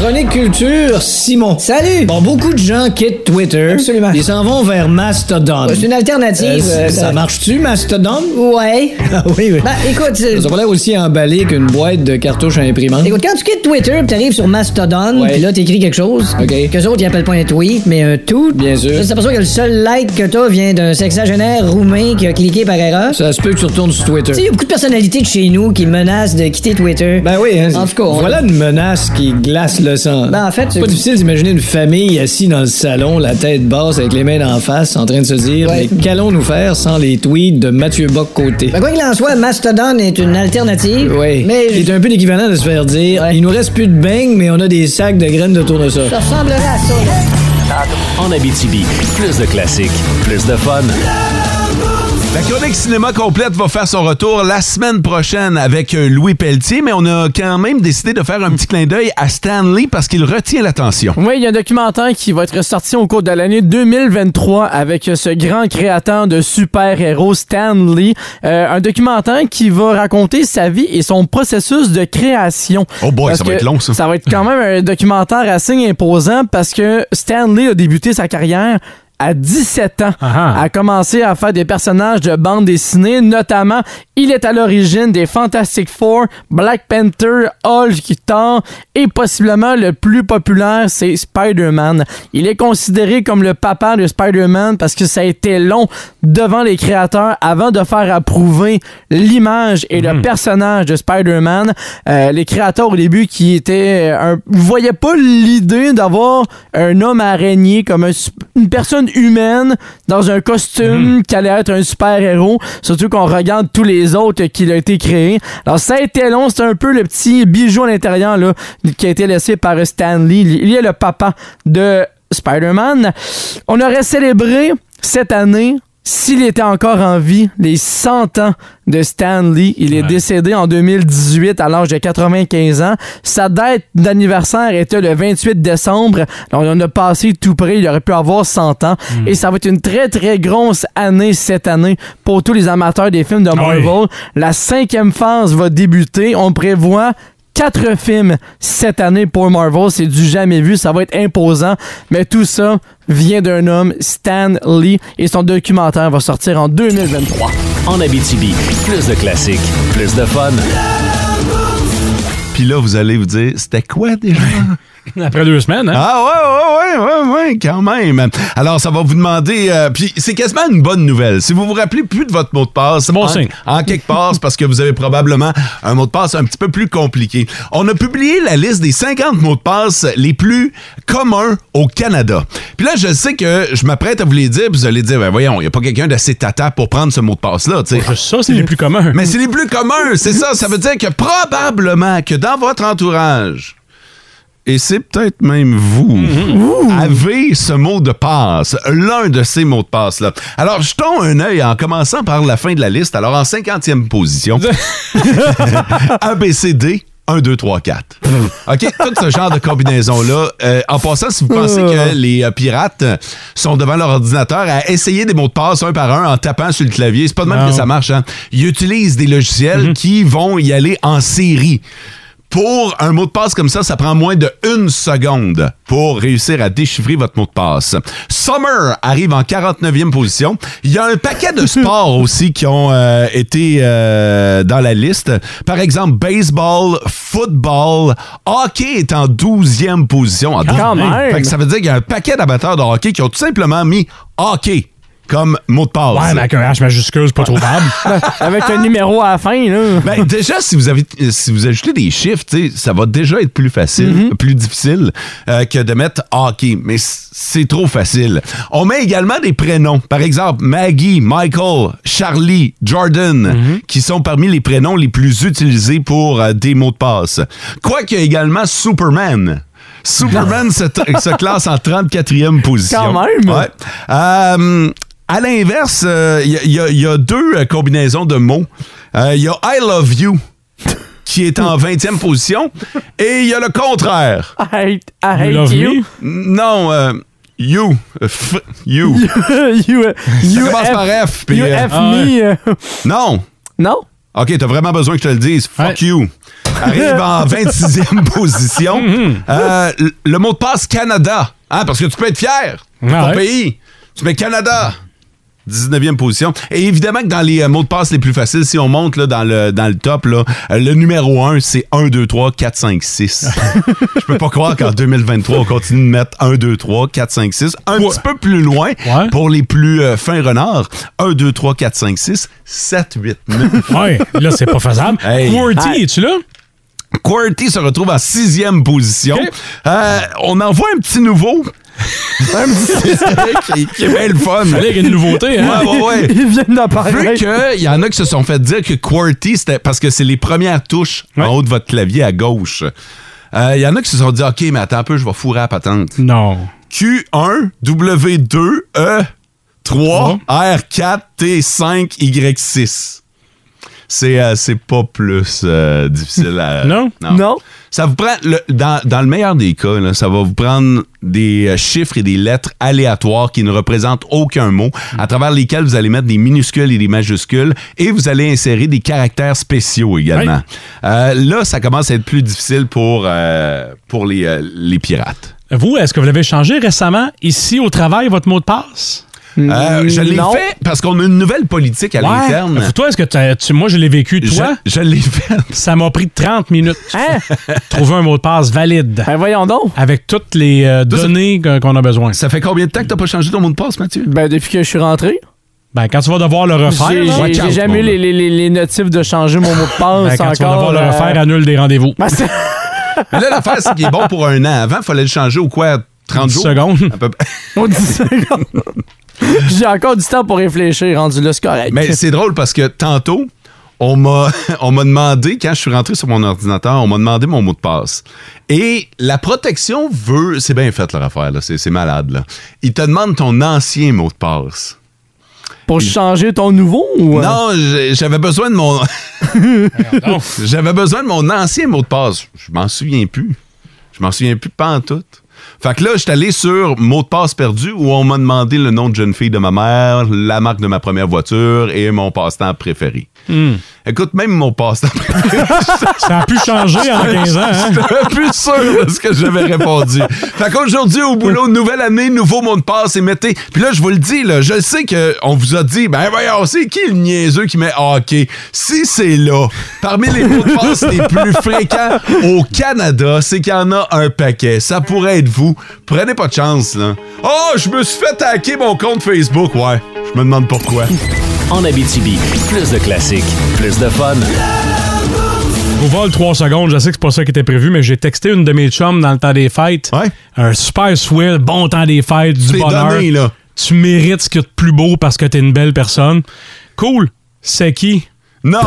Speaker 6: Chronique culture, Simon. Salut! Bon, beaucoup de gens quittent Twitter. Absolument. Ils s'en vont vers Mastodon.
Speaker 12: C'est une alternative.
Speaker 6: Euh,
Speaker 12: euh,
Speaker 6: ça marche-tu, Mastodon?
Speaker 12: Ouais.
Speaker 6: Ah oui, oui.
Speaker 12: Ben, écoute, euh,
Speaker 6: Ça va l'air aussi emballé qu'une boîte de cartouches à imprimante.
Speaker 12: écoute, quand tu quittes Twitter, pis t'arrives sur Mastodon,
Speaker 6: hein? Ouais.
Speaker 12: pis là, t'écris quelque chose.
Speaker 6: OK.
Speaker 12: Qu'eux autres, ils appellent pas un tweet, mais un tout.
Speaker 6: Bien sûr.
Speaker 12: Là, tu t'aperçois que le seul like que t'as vient d'un sexagénaire roumain qui a cliqué par erreur.
Speaker 6: Ça se peut que tu retournes sur Twitter.
Speaker 12: Tu sais, il y a beaucoup de personnalités de chez nous qui menacent de quitter Twitter.
Speaker 6: Ben oui, hein,
Speaker 12: En tout cas, on-
Speaker 6: voilà une menace qui glace le sang.
Speaker 12: Ben, en fait,
Speaker 6: c'est
Speaker 12: c'est-
Speaker 6: pas difficile d'imaginer une famille assise dans le salon, la tête basse avec les mains en face, en train de se dire
Speaker 12: Ouais.
Speaker 6: mais qu'allons-nous faire sans les tweets de Mathieu Bock côté.
Speaker 12: Ben, quoi qu'il en soit, Mastodon est une alternative.
Speaker 6: oui,
Speaker 12: Mais
Speaker 6: c'est un peu l'équivalent de se faire dire il nous reste plus de beignes, mais on a des sacs de graines de tournesol.
Speaker 12: ça ressemblerait à ça.
Speaker 2: En Abitibi, plus de classiques, plus de fun.
Speaker 3: La chronique cinéma complète va faire son retour la semaine prochaine avec euh, Louis Pelletier, mais on a quand même décidé de faire un petit clin d'œil à Stanley parce qu'il retient l'attention.
Speaker 5: Oui, il y a un documentaire qui va être sorti au cours de l'année 2023 avec ce grand créateur de super-héros, Stan Lee. Euh, un documentaire qui va raconter sa vie et son processus de création.
Speaker 3: Oh boy,
Speaker 5: Parce
Speaker 3: ça va
Speaker 5: que
Speaker 3: être long, ça.
Speaker 5: Ça va être quand même un documentaire assez imposant parce que Stan Lee a débuté sa carrière à 17 ans,
Speaker 4: Ah ah.
Speaker 5: a commencé à faire des personnages de bande dessinée, notamment il est à l'origine des Fantastic Four, Black Panther, Hulk, Thor et possiblement le plus populaire, c'est Spider-Man. Il est considéré comme le papa de Spider-Man parce que ça a été long devant les créateurs avant de faire approuver l'image et le personnage de Spider-Man. Euh, les créateurs au début qui étaient euh, un, voyaient pas l'idée d'avoir un homme araignée comme un sup- une personne humaine dans un costume qui allait être un super-héros, surtout qu'on regarde tous les autres qu'il a été créé. Alors ça a été long, c'est un peu le petit bijou à l'intérieur là qui a été laissé par euh, Stan Lee. Il est le papa de Spider-Man. On aurait célébré cette année s'il était encore en vie, les 100 ans de Stan Lee, il est décédé en 2018 à l'âge de 95 ans. Sa date d'anniversaire était le 28 décembre. Donc, on en a passé tout près. Il aurait pu avoir 100 ans. Et ça va être une très, très grosse année cette année pour tous les amateurs des films de Marvel. La cinquième phase va débuter. On prévoit quatre films cette année pour Marvel. C'est du jamais vu. Ça va être imposant. Mais tout ça vient d'un homme, Stan Lee, et son documentaire va sortir en 2023.
Speaker 2: En Abitibi, plus de classiques, plus de fun.
Speaker 3: Puis là, vous allez vous dire, c'était quoi déjà?
Speaker 4: Après deux semaines, hein?
Speaker 3: Ah ouais, ouais, ouais, ouais, ouais, quand même. Alors, ça va vous demander... euh, puis c'est quasiment une bonne nouvelle. Si vous vous rappelez plus de votre mot de passe...
Speaker 4: bon
Speaker 3: en,
Speaker 4: signe.
Speaker 3: En quelque part, c'est parce que vous avez probablement un mot de passe un petit peu plus compliqué. On a publié la liste des 50 mots de passe les plus communs au Canada. Puis là, je sais que je m'apprête à vous les dire, puis vous allez dire, ben voyons, il n'y a pas quelqu'un d'assez tata pour prendre ce mot de passe-là, tu sais.
Speaker 4: Juste ça, c'est les plus communs.
Speaker 3: Mais c'est les plus communs, c'est ça. Ça veut dire que probablement que dans votre entourage, et c'est peut-être même vous, avez ce mot de passe, l'un de ces mots de passe-là. Alors, jetons un œil en commençant par la fin de la liste. Alors, en 50e position, ABCD. 1, 2, 3, 4. OK? Tout ce genre de combinaison-là. euh, en passant, si vous pensez que les euh, pirates euh, sont devant leur ordinateur à essayer des mots de passe un par un en tapant sur le clavier, c'est pas de même
Speaker 4: Non.
Speaker 3: que ça marche. hein. Ils utilisent des logiciels qui vont y aller en série. Pour un mot de passe comme ça, ça prend moins de une seconde pour réussir à déchiffrer votre mot de passe. Summer arrive en 49e position. Il y a un paquet de sports aussi qui ont euh, été euh, dans la liste. Par exemple, baseball, football, hockey est en 12e position. En 12e.
Speaker 5: Quand même.
Speaker 3: Fait que ça veut dire qu'il y a un paquet d'amateurs de hockey qui ont tout simplement mis hockey comme mot de passe.
Speaker 4: Ouais, mais avec un H majuscule, c'est pas trouvable.
Speaker 5: Avec un numéro à la fin, là.
Speaker 3: Ben, déjà, si vous, avez, si vous ajoutez des chiffres, tu sais, ça va déjà être plus facile,
Speaker 5: Mhm.
Speaker 3: plus difficile euh, que de mettre hockey. Mais c- c'est trop facile. On met également des prénoms. Par exemple, Maggie, Michael, Charlie, Jordan,
Speaker 5: Mhm.
Speaker 3: qui sont parmi les prénoms les plus utilisés pour euh, des mots de passe. Quoique également Superman. Superman se, se classe en 34e position.
Speaker 5: Quand même.
Speaker 3: Ouais. Euh, à l'inverse, il y, a- y a deux euh, combinaisons de mots. Il y a I love you qui est en 20e position et il y a le contraire.
Speaker 5: I, I hate you.
Speaker 3: Non, euh, you. Euh, f- you.
Speaker 5: you.
Speaker 3: Ça commence par F. puis,
Speaker 5: you
Speaker 3: euh,
Speaker 5: F me. euh,
Speaker 3: Non.
Speaker 5: Non?
Speaker 3: OK, t'as vraiment besoin que je te le dise. Fuck you. Arrive en 26e position. Euh, l- le mot de passe Canada. Hein, parce que tu peux être fier de ton
Speaker 4: Ouais.
Speaker 3: pays. Tu mets Canada. 19e position. Et évidemment que dans les euh, mots de passe les plus faciles, si on monte là, dans, le, dans le top, là, euh, le numéro 1, c'est 1, 2, 3, 4, 5, 6. Je peux pas croire qu'en 2023, on continue de mettre 1, 2, 3, 4, 5, 6. Un petit peu plus loin, pour les plus euh, fins renards, 1, 2, 3, 4, 5, 6, 7, 8, 9.
Speaker 4: Ouais, là, c'est pas faisable. QWERTY, es-tu là?
Speaker 3: QWERTY se retrouve en sixième position. Euh, on envoie un petit nouveau. un petit historique qui, qui est bien le fun.
Speaker 4: Fallait qu'il y ait une nouveauté, hein?
Speaker 3: Ouais, ouais, ouais.
Speaker 5: Ils viennent
Speaker 3: Vu
Speaker 5: d'apparaître.
Speaker 3: qu'il y en a qui se sont fait dire que QWERTY, c'était parce que c'est les premières touches en haut de votre clavier à gauche. Euh, Il y en a qui se sont dit, OK, mais attends un peu, je vais fourrer à la patente.
Speaker 4: Non.
Speaker 3: Q1, W2, E, 3, R4, T5, Y6. C'est euh, c'est pas plus euh, difficile à.
Speaker 4: Non.
Speaker 5: Non.
Speaker 3: Ça vous prend, le- dans, dans le meilleur des cas, là, ça va vous prendre des euh, chiffres et des lettres aléatoires qui ne représentent aucun mot, à travers lesquels vous allez mettre des minuscules et des majuscules, et vous allez insérer des caractères spéciaux également. Euh, là, ça commence à être plus difficile pour, euh, pour les, euh, les pirates.
Speaker 4: Vous, est-ce que vous l'avez changé récemment, ici au travail, votre mot de passe?
Speaker 3: Euh, je l'ai fait parce qu'on a une nouvelle politique à
Speaker 4: Ouais.
Speaker 3: l'interne.
Speaker 4: Euh, Toi, est-ce que t'as- tu, moi, je l'ai vécu, toi?
Speaker 3: Je, je l'ai fait.
Speaker 4: Ça m'a pris 30 minutes. Trouver un mot de passe valide.
Speaker 5: Hein? Ben voyons donc.
Speaker 4: Avec toutes les euh, données qu'on qu'on a besoin.
Speaker 3: Ça fait combien de temps que t'as pas changé ton mot de passe, Mathieu?
Speaker 5: Ben, depuis que je suis rentré,
Speaker 4: Ben, quand tu vas devoir le refaire,
Speaker 5: j'ai-
Speaker 4: là,
Speaker 5: j'ai j'ai jamais eu les, les, les, les notifs de changer mon mot de
Speaker 4: ben,
Speaker 5: passe
Speaker 4: quand tu vas
Speaker 5: encore.
Speaker 4: devoir le
Speaker 5: euh,
Speaker 4: refaire, annule des rendez-vous.
Speaker 5: ben, c'est-
Speaker 3: Mais là, l'affaire, c'est qu'il est bon pour un an. Avant, il fallait le changer au quoi? 30
Speaker 4: 10
Speaker 3: jours?
Speaker 4: secondes.
Speaker 3: À peu près.
Speaker 5: on dit ça, comme- J'ai encore du temps pour réfléchir, rendu le score.
Speaker 3: Mais c'est drôle parce que tantôt, on m'a, on m'a demandé, quand je suis rentré sur mon ordinateur, on m'a demandé mon mot de passe. Et la protection veut. C'est bien fait, leur affaire, là. C'est, c'est malade, là. Ils te demandent ton ancien mot de passe.
Speaker 5: Pour changer ton nouveau ou. euh,
Speaker 3: Non, j'ai- j'avais besoin de mon. j'avais besoin de mon ancien mot de passe. Je m'en souviens plus. Je m'en souviens plus pas en tout. Fait que là, je suis allé sur mot de passe perdu où on m'a demandé le nom de jeune fille de ma mère, la marque de ma première voiture et mon passe-temps préféré. Écoute, même mon passe-temps préféré,
Speaker 4: Ça a pu changer en 15 ans. hein?
Speaker 3: j'étais plus sûr de ce que j'avais répondu. Fait qu'aujourd'hui, au boulot, nouvelle année, nouveau mot de passe et mettez. Puis là, je vous le dis, là, je sais qu'on vous a dit, ben voyons, c'est qui le niaiseux qui met hockey? Si c'est là, parmi les mots de passe les plus fréquents au Canada, c'est qu'il y en a un paquet. Ça pourrait être vous. Prenez pas de chance, là. Oh, je me suis fait hacker mon compte Facebook. Ouais, je me demande pourquoi.
Speaker 2: En Abitibi, plus de classiques, plus de fun.
Speaker 4: Vous vole 3 secondes, je sais que c'est pas ça qui était prévu, mais j'ai texté une de mes chums dans le temps des fêtes.
Speaker 3: Ouais.
Speaker 4: Un super swill, bon temps des fêtes, du
Speaker 3: C'est
Speaker 4: bonheur.
Speaker 3: donné, là.
Speaker 4: Tu mérites ce qu'il y a de plus beau parce que t'es une belle personne. Cool. C'est qui?
Speaker 3: Non!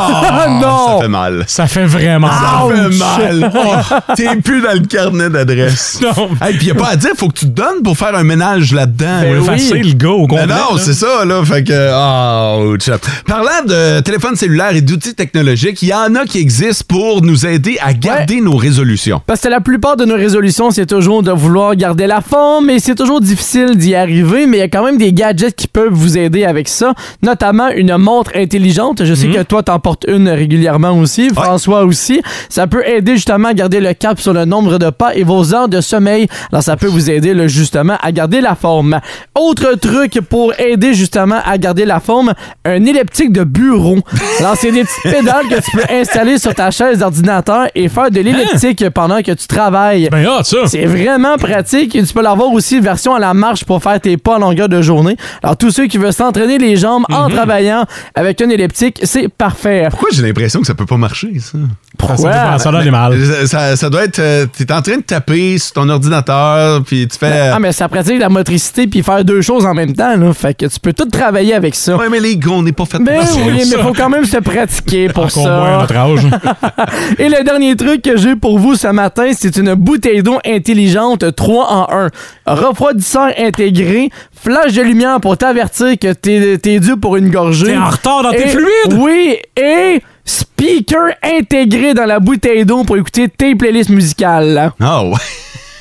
Speaker 5: non!
Speaker 3: Ça fait mal.
Speaker 4: Ça fait vraiment
Speaker 3: Ça
Speaker 4: mal.
Speaker 3: fait mal. Oh, T'es plus dans le carnet d'adresse.
Speaker 4: Non.
Speaker 3: Hey, puis y a pas à dire, faut que tu te donnes pour faire un ménage là-dedans.
Speaker 4: On
Speaker 3: là.
Speaker 5: Ben
Speaker 4: l'a effacé, le gars, au
Speaker 3: Ben Mais
Speaker 4: complet.
Speaker 3: non,
Speaker 4: là.
Speaker 3: c'est ça, là. Fait que. ouch. Parlant de téléphone cellulaire et d'outils technologiques, il y en a qui existent pour nous aider à garder nos résolutions.
Speaker 5: Parce que la plupart de nos résolutions, c'est toujours de vouloir garder la forme et c'est toujours difficile d'y arriver,
Speaker 4: Mhm.
Speaker 5: mais il y a quand même des gadgets qui peuvent vous aider avec ça, notamment une montre intelligente. Je sais que toi, t'en portes une régulièrement aussi, François aussi. Ça peut aider justement à garder le cap sur le nombre de pas et vos heures de sommeil. Alors ça peut vous aider là, justement à garder la forme. Autre truc pour aider justement à garder la forme, un elliptique de bureau. Alors c'est des petites pédales que tu peux installer sur ta chaise d'ordinateur et faire de l'elliptique pendant que tu travailles.
Speaker 4: Ben, ah,
Speaker 5: C'est vraiment pratique et tu peux l'avoir aussi version à la marche pour faire tes pas à longueur de journée. Alors tous ceux qui veulent s'entraîner les jambes
Speaker 3: Mhm.
Speaker 5: en travaillant avec un elliptique, c'est parfait.
Speaker 3: Pourquoi j'ai l'impression que ça peut pas marcher, ça?
Speaker 5: Pourquoi?
Speaker 4: Ah,
Speaker 3: Ben,
Speaker 4: ça doit aller mal.
Speaker 3: Ça, ça- ça doit être. euh, T'es en train de taper sur ton ordinateur, puis tu
Speaker 4: Euh,
Speaker 3: fais.
Speaker 5: Ah mais ça pratique la motricité puis faire deux choses en même temps là, fait que tu peux tout travailler avec ça. Ouais
Speaker 3: mais les gars, on n'est pas fait
Speaker 5: Mais
Speaker 4: pour ça.
Speaker 5: oui, mais faut quand même se pratiquer pour
Speaker 4: Encore
Speaker 5: ça.
Speaker 4: moins à notre âge.
Speaker 5: Et le dernier truc que j'ai pour vous ce matin, c'est une bouteille d'eau intelligente 3 en 1. Refroidisseur intégré, flash de lumière pour t'avertir que t'es, t'es dû pour une gorgée.
Speaker 4: T'es en retard dans tes
Speaker 5: Et-
Speaker 4: fluides.
Speaker 5: Oui, et speaker intégré dans la bouteille d'eau pour écouter tes playlists musicales.
Speaker 3: Ah ouais.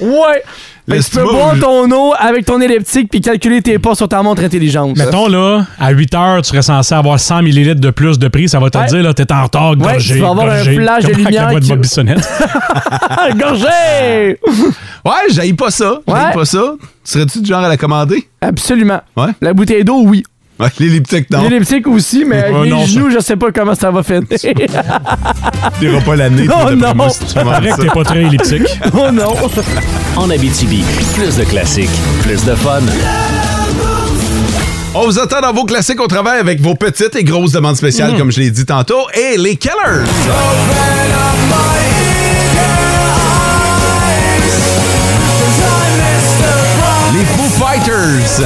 Speaker 5: Ouais. Fait que tu
Speaker 4: Laisse-moi
Speaker 5: peux boire
Speaker 4: vous-
Speaker 5: ton eau avec ton elliptique puis calculer tes pas sur ta montre intelligente.
Speaker 4: Mettons, là, à 8 heures, tu serais censé avoir 100 millilitres de plus de prix. Ça va te
Speaker 5: Ouais.
Speaker 4: dire, là, t'es en retard,
Speaker 5: Ouais,
Speaker 4: gorgé,
Speaker 5: tu vas avoir un
Speaker 4: gorgé,
Speaker 5: flash de
Speaker 4: comme avec
Speaker 5: lumière
Speaker 4: la voix de
Speaker 5: qui-
Speaker 4: Bob Bissonnette.
Speaker 5: Gorgé!
Speaker 3: Ouais, j'aille pas ça. J'haïs pas ça. Serais-tu du genre à la commander?
Speaker 5: Absolument.
Speaker 3: Ouais.
Speaker 5: La bouteille d'eau, oui.
Speaker 3: Ouais, l'elliptique, Ah, non.
Speaker 5: L'elliptique aussi, mais avec
Speaker 3: Ouais,
Speaker 5: les
Speaker 3: non, ça-
Speaker 5: genoux, je sais pas comment ça va finir.
Speaker 3: T'iras pas l'année.
Speaker 5: Oh
Speaker 3: toi, d'après
Speaker 5: non.
Speaker 3: moi, si tu commandes
Speaker 5: Paraît que
Speaker 3: ça.
Speaker 5: t'es pas très elliptique. oh non!
Speaker 2: En Abitibi, plus de classiques, plus de fun.
Speaker 3: On vous attend dans vos classiques au travail avec vos petites et grosses demandes spéciales,
Speaker 5: Mm.
Speaker 3: comme je l'ai dit tantôt, et les Killers. Les Foo Fighters.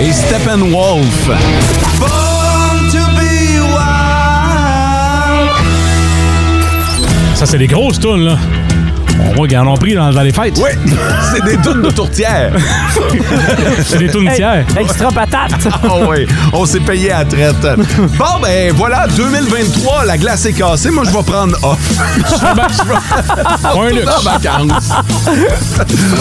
Speaker 3: Et Steppenwolf.
Speaker 4: Ça, c'est des grosses tunes, là. On voit qu'ils en ont pris dans, dans les fêtes.
Speaker 3: Oui, c'est des tunes de tourtière.
Speaker 4: c'est des tunes tiers.
Speaker 5: extra patate.
Speaker 3: Ah oui, on s'est payé à la traite. Bon, ben voilà, 2023, la glace est cassée. Moi, je vais prendre off.
Speaker 1: Un luxe.
Speaker 3: En vacances.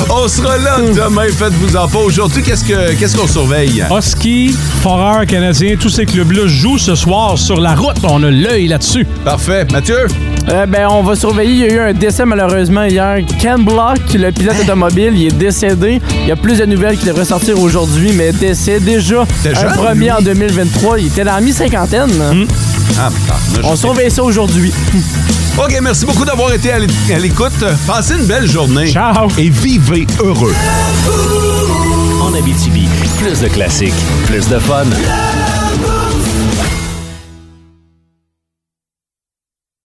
Speaker 3: On sera là demain, faites-vous en pas. Aujourd'hui, qu'est-ce que- qu'est-ce qu'on surveille?
Speaker 4: Husky, Foreur canadien, tous ces clubs-là jouent ce soir sur la route. On a l'œil là-dessus.
Speaker 3: Parfait. Mathieu?
Speaker 5: ben, on va surveiller. Il y a eu un décès malheureusement hier. Ken Block, le pilote automobile, il est décédé. Il y a plus de nouvelles qui devraient sortir aujourd'hui, mais décès déjà.
Speaker 3: C'était
Speaker 5: un
Speaker 3: jeune,
Speaker 5: premier
Speaker 3: lui.
Speaker 5: en 2023. Il était dans la mi-cinquantaine.
Speaker 3: Ah, putain,
Speaker 5: On surveille ça aujourd'hui.
Speaker 3: OK, merci beaucoup d'avoir été à l'é- à l'écoute. Passez une belle journée.
Speaker 4: Ciao.
Speaker 3: Et vivez heureux.
Speaker 2: En Abitibi, plus de classiques, plus de fun.